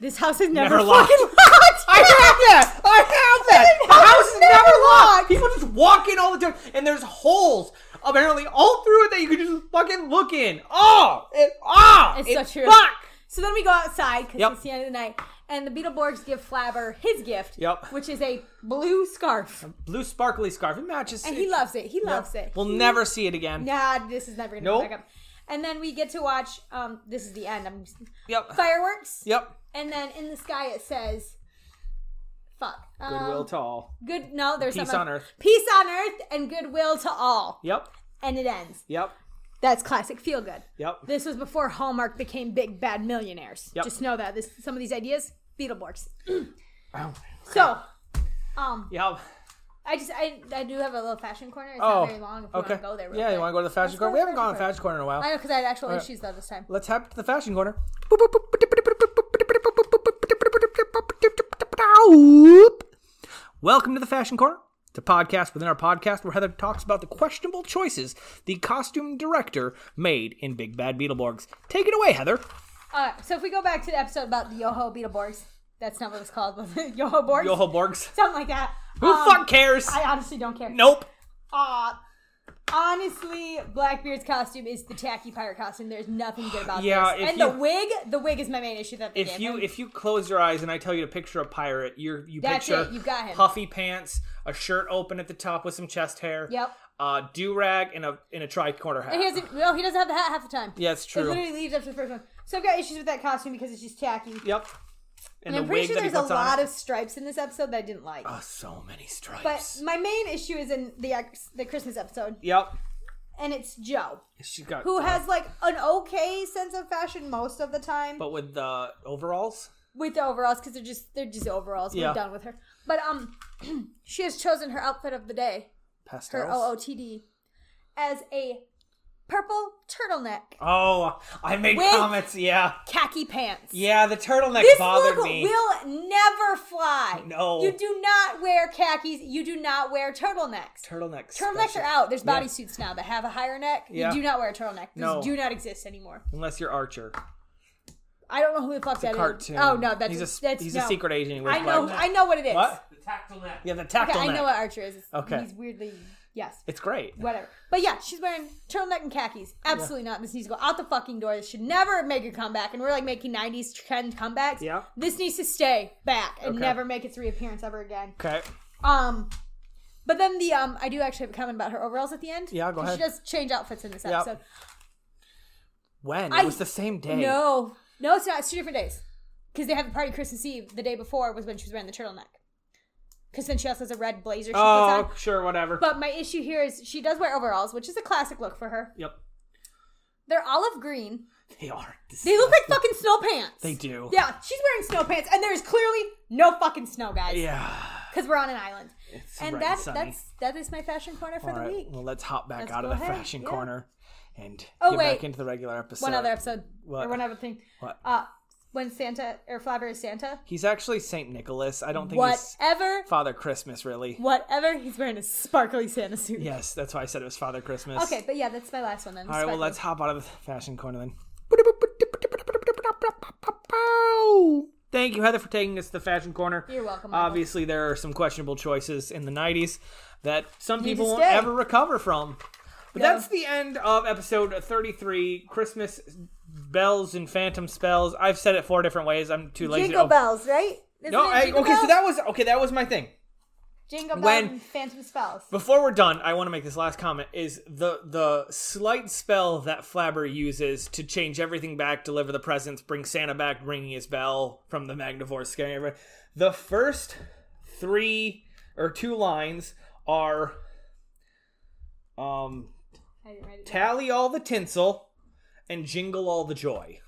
Speaker 2: this house is never,
Speaker 1: Never locked.
Speaker 2: fucking locked.
Speaker 1: I have that! I have that! The house is never locked! People just walk in all the time, and there's holes apparently all through it that you could just fucking look in. Oh! It, ah!
Speaker 2: It's
Speaker 1: it
Speaker 2: so true.
Speaker 1: Fuck!
Speaker 2: So then we go outside because
Speaker 1: Yep.
Speaker 2: it's the end of the night, and the Beetleborgs give Flabber his gift,
Speaker 1: Yep.
Speaker 2: which is a blue scarf,
Speaker 1: Blue sparkly scarf. It matches.
Speaker 2: and he loves it. He
Speaker 1: Yep.
Speaker 2: loves it.
Speaker 1: We'll never see it again.
Speaker 2: Nah, this is never gonna
Speaker 1: Nope.
Speaker 2: come back up. And then we get to watch. Um, this is the end. I'm
Speaker 1: Yep.
Speaker 2: fireworks,
Speaker 1: Yep.
Speaker 2: and then in the sky it says, "Fuck." Um,
Speaker 1: Goodwill to all.
Speaker 2: Good. No, there's
Speaker 1: Peace
Speaker 2: something-
Speaker 1: on earth.
Speaker 2: Peace on earth and goodwill to all.
Speaker 1: Yep.
Speaker 2: And it ends.
Speaker 1: Yep.
Speaker 2: That's classic. Feel good.
Speaker 1: Yep.
Speaker 2: This was before Hallmark became big bad millionaires.
Speaker 1: Yep.
Speaker 2: Just know that this some of these ideas Beetleborgs.
Speaker 1: Oh.
Speaker 2: So, um,
Speaker 1: Yep.
Speaker 2: I just I, I do have a little fashion corner. It's
Speaker 1: Oh.
Speaker 2: not very long. If you
Speaker 1: Okay.
Speaker 2: want to go there. Real
Speaker 1: Yeah, you want to go to the fashion
Speaker 2: Let's
Speaker 1: corner?
Speaker 2: go
Speaker 1: We haven't gone to
Speaker 2: fashion
Speaker 1: the fashion corner in a while.
Speaker 2: I know because I had actual
Speaker 1: right.
Speaker 2: issues though this time.
Speaker 1: Let's head to the fashion corner. Welcome to the Fashion Corner, the podcast within our podcast where Heather talks about the questionable choices the costume director made in Big Bad Beetleborgs. Take it away, Heather.
Speaker 2: Uh, so if we go back to the episode about the Yoho Beetleborgs, that's not what it's called, but Yoho Borgs,
Speaker 1: Yohoborgs.
Speaker 2: something like that.
Speaker 1: Who
Speaker 2: Um,
Speaker 1: fuck cares?
Speaker 2: I honestly don't care.
Speaker 1: nope.
Speaker 2: Uh, honestly, Blackbeard's costume is the tacky pirate costume. There's nothing good about
Speaker 1: Yeah,
Speaker 2: this.
Speaker 1: if
Speaker 2: And the
Speaker 1: you-
Speaker 2: wig, the wig is my main issue that they
Speaker 1: If
Speaker 2: gave
Speaker 1: you
Speaker 2: him.
Speaker 1: if you close your eyes and I tell you to picture a pirate, you're, you
Speaker 2: That's
Speaker 1: picture
Speaker 2: it, you got him.
Speaker 1: puffy pants, a shirt open at the top with some chest hair,
Speaker 2: Yep.
Speaker 1: uh, do rag, and a in a tricorner hat.
Speaker 2: And he doesn't. No, he doesn't have the hat half the time.
Speaker 1: Yeah, it's
Speaker 2: It
Speaker 1: true.
Speaker 2: literally leads up to the first one. So I've got issues with that costume because it's just tacky.
Speaker 1: Yep.
Speaker 2: And I'm pretty sure there's a lot of stripes in this episode that I didn't like.
Speaker 1: oh, so many stripes.
Speaker 2: but my main issue is in the ex- the Christmas episode,
Speaker 1: yep.
Speaker 2: and it's Joe
Speaker 1: She's got
Speaker 2: who has like an okay sense of fashion most of the time
Speaker 1: but with the overalls.
Speaker 2: with the overalls because they're just they're just overalls.
Speaker 1: Yeah.
Speaker 2: We're done with her. But um, she has chosen her outfit of the day, her oh,
Speaker 1: Pastels.
Speaker 2: OOTD, as a purple turtleneck,
Speaker 1: oh, I made
Speaker 2: With-
Speaker 1: comments. Yeah.
Speaker 2: khaki pants.
Speaker 1: Yeah, the turtleneck
Speaker 2: This
Speaker 1: bothered
Speaker 2: look
Speaker 1: me.
Speaker 2: will never fly.
Speaker 1: No.
Speaker 2: You do not wear khakis. You do not wear turtlenecks.
Speaker 1: turtlenecks.
Speaker 2: Turtlenecks
Speaker 1: special.
Speaker 2: are out. There's
Speaker 1: Yeah.
Speaker 2: bodysuits now that have a higher neck.
Speaker 1: Yeah.
Speaker 2: You do not wear a turtleneck. These
Speaker 1: No.
Speaker 2: do not exist anymore.
Speaker 1: Unless you're Archer.
Speaker 2: I don't know who the fuck that is.
Speaker 1: Cartoon.
Speaker 2: Oh no, that's
Speaker 1: he's a s-
Speaker 2: that's
Speaker 1: he's
Speaker 2: no.
Speaker 1: a secret agent. He wears
Speaker 2: I know.
Speaker 1: black-
Speaker 2: I know what it is.
Speaker 1: What?
Speaker 3: The tactile neck.
Speaker 1: Yeah, the tactile
Speaker 2: Okay, I
Speaker 1: neck.
Speaker 2: know what Archer is. It's,
Speaker 1: Okay.
Speaker 2: He's weirdly yes.
Speaker 1: It's great.
Speaker 2: Whatever. But yeah, she's wearing turtleneck and khakis. Absolutely not. This needs to go out the fucking door. This should never make a comeback. And we're like making 90s trend comebacks.
Speaker 1: Yeah.
Speaker 2: This needs to stay back and
Speaker 1: Okay.
Speaker 2: never make its reappearance ever again.
Speaker 1: Okay.
Speaker 2: Um, but then the um, I do actually have a comment about her overalls at the end.
Speaker 1: Yeah, go
Speaker 2: 'Cause She
Speaker 1: ahead.
Speaker 2: does change outfits in this episode.
Speaker 1: When?
Speaker 2: I-
Speaker 1: it was the same day.
Speaker 2: No, no, it's not. It's two different days because they have a party Christmas Eve. The day before was when she was wearing the turtleneck. Because then she also has a red blazer she puts
Speaker 1: Oh,
Speaker 2: on.
Speaker 1: sure, whatever.
Speaker 2: But my issue here is she does wear overalls, which is a classic look for her.
Speaker 1: yep.
Speaker 2: They're olive green.
Speaker 1: They are.
Speaker 2: They look like fucking snow pants.
Speaker 1: They do.
Speaker 2: Yeah, she's wearing snow pants, and there is clearly no fucking snow, guys.
Speaker 1: Yeah.
Speaker 2: because we're on an island.
Speaker 1: It's
Speaker 2: and
Speaker 1: bright
Speaker 2: that
Speaker 1: sunny.
Speaker 2: that's that is my fashion corner for
Speaker 1: All
Speaker 2: the
Speaker 1: right,
Speaker 2: week.
Speaker 1: Well, let's hop back
Speaker 2: Let's
Speaker 1: out of
Speaker 2: go
Speaker 1: the
Speaker 2: ahead,
Speaker 1: fashion
Speaker 2: yeah.
Speaker 1: corner and
Speaker 2: Oh,
Speaker 1: get
Speaker 2: wait.
Speaker 1: back into the regular episode.
Speaker 2: one other episode
Speaker 1: What?
Speaker 2: or one other thing.
Speaker 1: What?
Speaker 2: Uh, when Santa or Flabber is Santa.
Speaker 1: He's actually Saint Nicholas. I don't think he's
Speaker 2: Whatever,
Speaker 1: Father Christmas, really.
Speaker 2: whatever. He's wearing a sparkly Santa suit.
Speaker 1: Yes, that's why I said it was Father Christmas.
Speaker 2: Okay, but yeah, that's my last one then.
Speaker 1: All right. Well,
Speaker 2: Sparkly.
Speaker 1: let's hop out of the fashion corner then. Thank you, Heather, for taking us to the fashion corner.
Speaker 2: You're welcome, Michael.
Speaker 1: Obviously, there are some questionable choices in the '90s that some
Speaker 2: Need
Speaker 1: people
Speaker 2: to
Speaker 1: won't
Speaker 2: stay.
Speaker 1: ever recover from. But
Speaker 2: Yeah.
Speaker 1: that's the end of episode 33. Christmas bells and phantom spells. I've said it four different ways. I'm too lazy. to
Speaker 2: Jingle
Speaker 1: op-
Speaker 2: bells, right? Isn't
Speaker 1: Oh. No,
Speaker 2: it
Speaker 1: I,
Speaker 2: jingle
Speaker 1: okay. So
Speaker 2: bells?
Speaker 1: that was okay. That was my thing.
Speaker 2: jingle bells
Speaker 1: when-
Speaker 2: and phantom spells.
Speaker 1: Before we're done, I want to make this last comment: is the the slight spell that Flabber uses to change everything back, deliver the presents, bring Santa back, ringing his bell from the Magnivore, scaring everyone. The first three or two lines are, um,
Speaker 2: I didn't write it down.
Speaker 1: tally all the tinsel and jingle all the joy.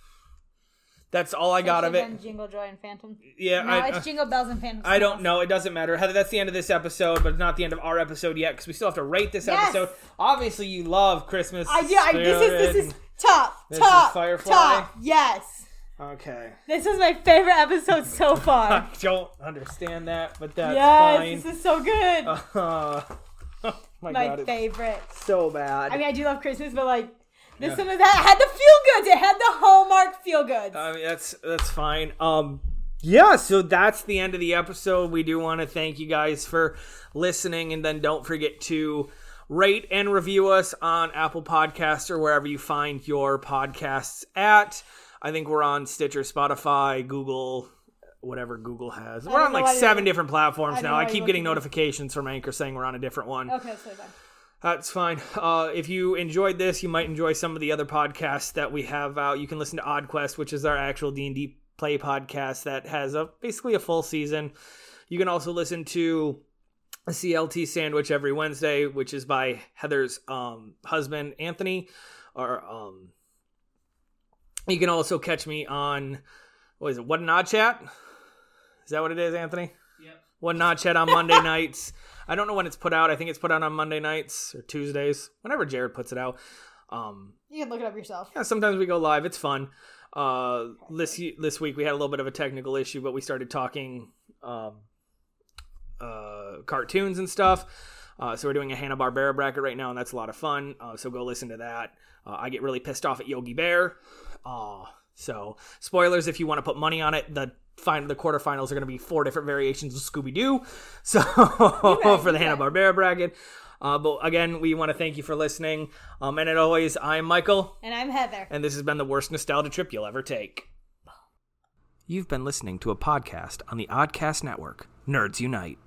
Speaker 1: That's all I got of
Speaker 2: Should've
Speaker 1: it.
Speaker 2: done Jingle joy and phantom.
Speaker 1: Yeah,
Speaker 2: No,
Speaker 1: I, uh,
Speaker 2: it's jingle bells and phantom.
Speaker 1: I don't know. It doesn't matter. Heather, that's the end of this episode, but it's not the end of our episode yet because we still have to rate this
Speaker 2: Yes.
Speaker 1: episode. Obviously, you love Christmas.
Speaker 2: I, yeah, I, this is
Speaker 1: spirit
Speaker 2: this is
Speaker 1: and-
Speaker 2: top,
Speaker 1: This is
Speaker 2: top,
Speaker 1: Firefly.
Speaker 2: top. Yes,
Speaker 1: okay.
Speaker 2: this is my favorite episode so
Speaker 1: I
Speaker 2: far.
Speaker 1: don't understand that, but that's
Speaker 2: yes,
Speaker 1: fine.
Speaker 2: this is so good.
Speaker 1: Uh, my,
Speaker 2: my
Speaker 1: God, it's
Speaker 2: favorite.
Speaker 1: so bad.
Speaker 2: I mean, I do love Christmas, but like this
Speaker 1: Yeah.
Speaker 2: one was, had the feel goods. It had the Hallmark feel goods.
Speaker 1: I mean, that's that's fine. Um, yeah. So that's the end of the episode. We do want to thank you guys for listening, and then don't forget to rate and review us on Apple Podcasts or wherever you find your podcasts at. I think we're on Stitcher, Spotify, Google, whatever Google has.
Speaker 2: I
Speaker 1: We're
Speaker 2: don't
Speaker 1: on
Speaker 2: know
Speaker 1: like
Speaker 2: why you-
Speaker 1: seven different platforms
Speaker 2: I don't
Speaker 1: now.
Speaker 2: know
Speaker 1: I
Speaker 2: why you
Speaker 1: keep
Speaker 2: looked
Speaker 1: getting
Speaker 2: at me.
Speaker 1: notifications from Anchor saying we're on a different one.
Speaker 2: Okay, so fine.
Speaker 1: That's fine. Uh, if you enjoyed this, you might enjoy some of the other podcasts that we have out. You can listen to Odd Quest, which is our actual D and D play podcast that has a basically a full season. You can also listen to a CLT sandwich every Wednesday, which is by Heather's um, husband Anthony. Or um, you can also catch me on what is it? What an odd chat? Is that what it is, Anthony?
Speaker 3: Yep.
Speaker 1: One Notch Head on Monday nights. I don't know when it's put out. I think it's put out on Monday nights or Tuesdays, whenever Jared puts it out. Um,
Speaker 2: You can look it up yourself.
Speaker 1: yeah, sometimes we go live. It's fun. Uh, this y- this week we had a little bit of a technical issue, but we started talking um, uh, cartoons and stuff. Uh, so we're doing a Hanna Barbera bracket right now, and that's a lot of fun. Uh, so go listen to that. Uh, I get really pissed off at Yogi Bear. Uh, so spoilers if you want to put money on it. The final the quarterfinals are going to be four different variations of Scooby Doo. So for the
Speaker 2: you
Speaker 1: Hanna
Speaker 2: bet.
Speaker 1: Barbera bracket. Uh, but again, we want to thank you for listening. Um, and as always, I'm Michael.
Speaker 2: And I'm Heather.
Speaker 1: And this has been the worst nostalgia trip you'll ever take. You've been listening to a podcast on the Oddcast Network, Nerds Unite.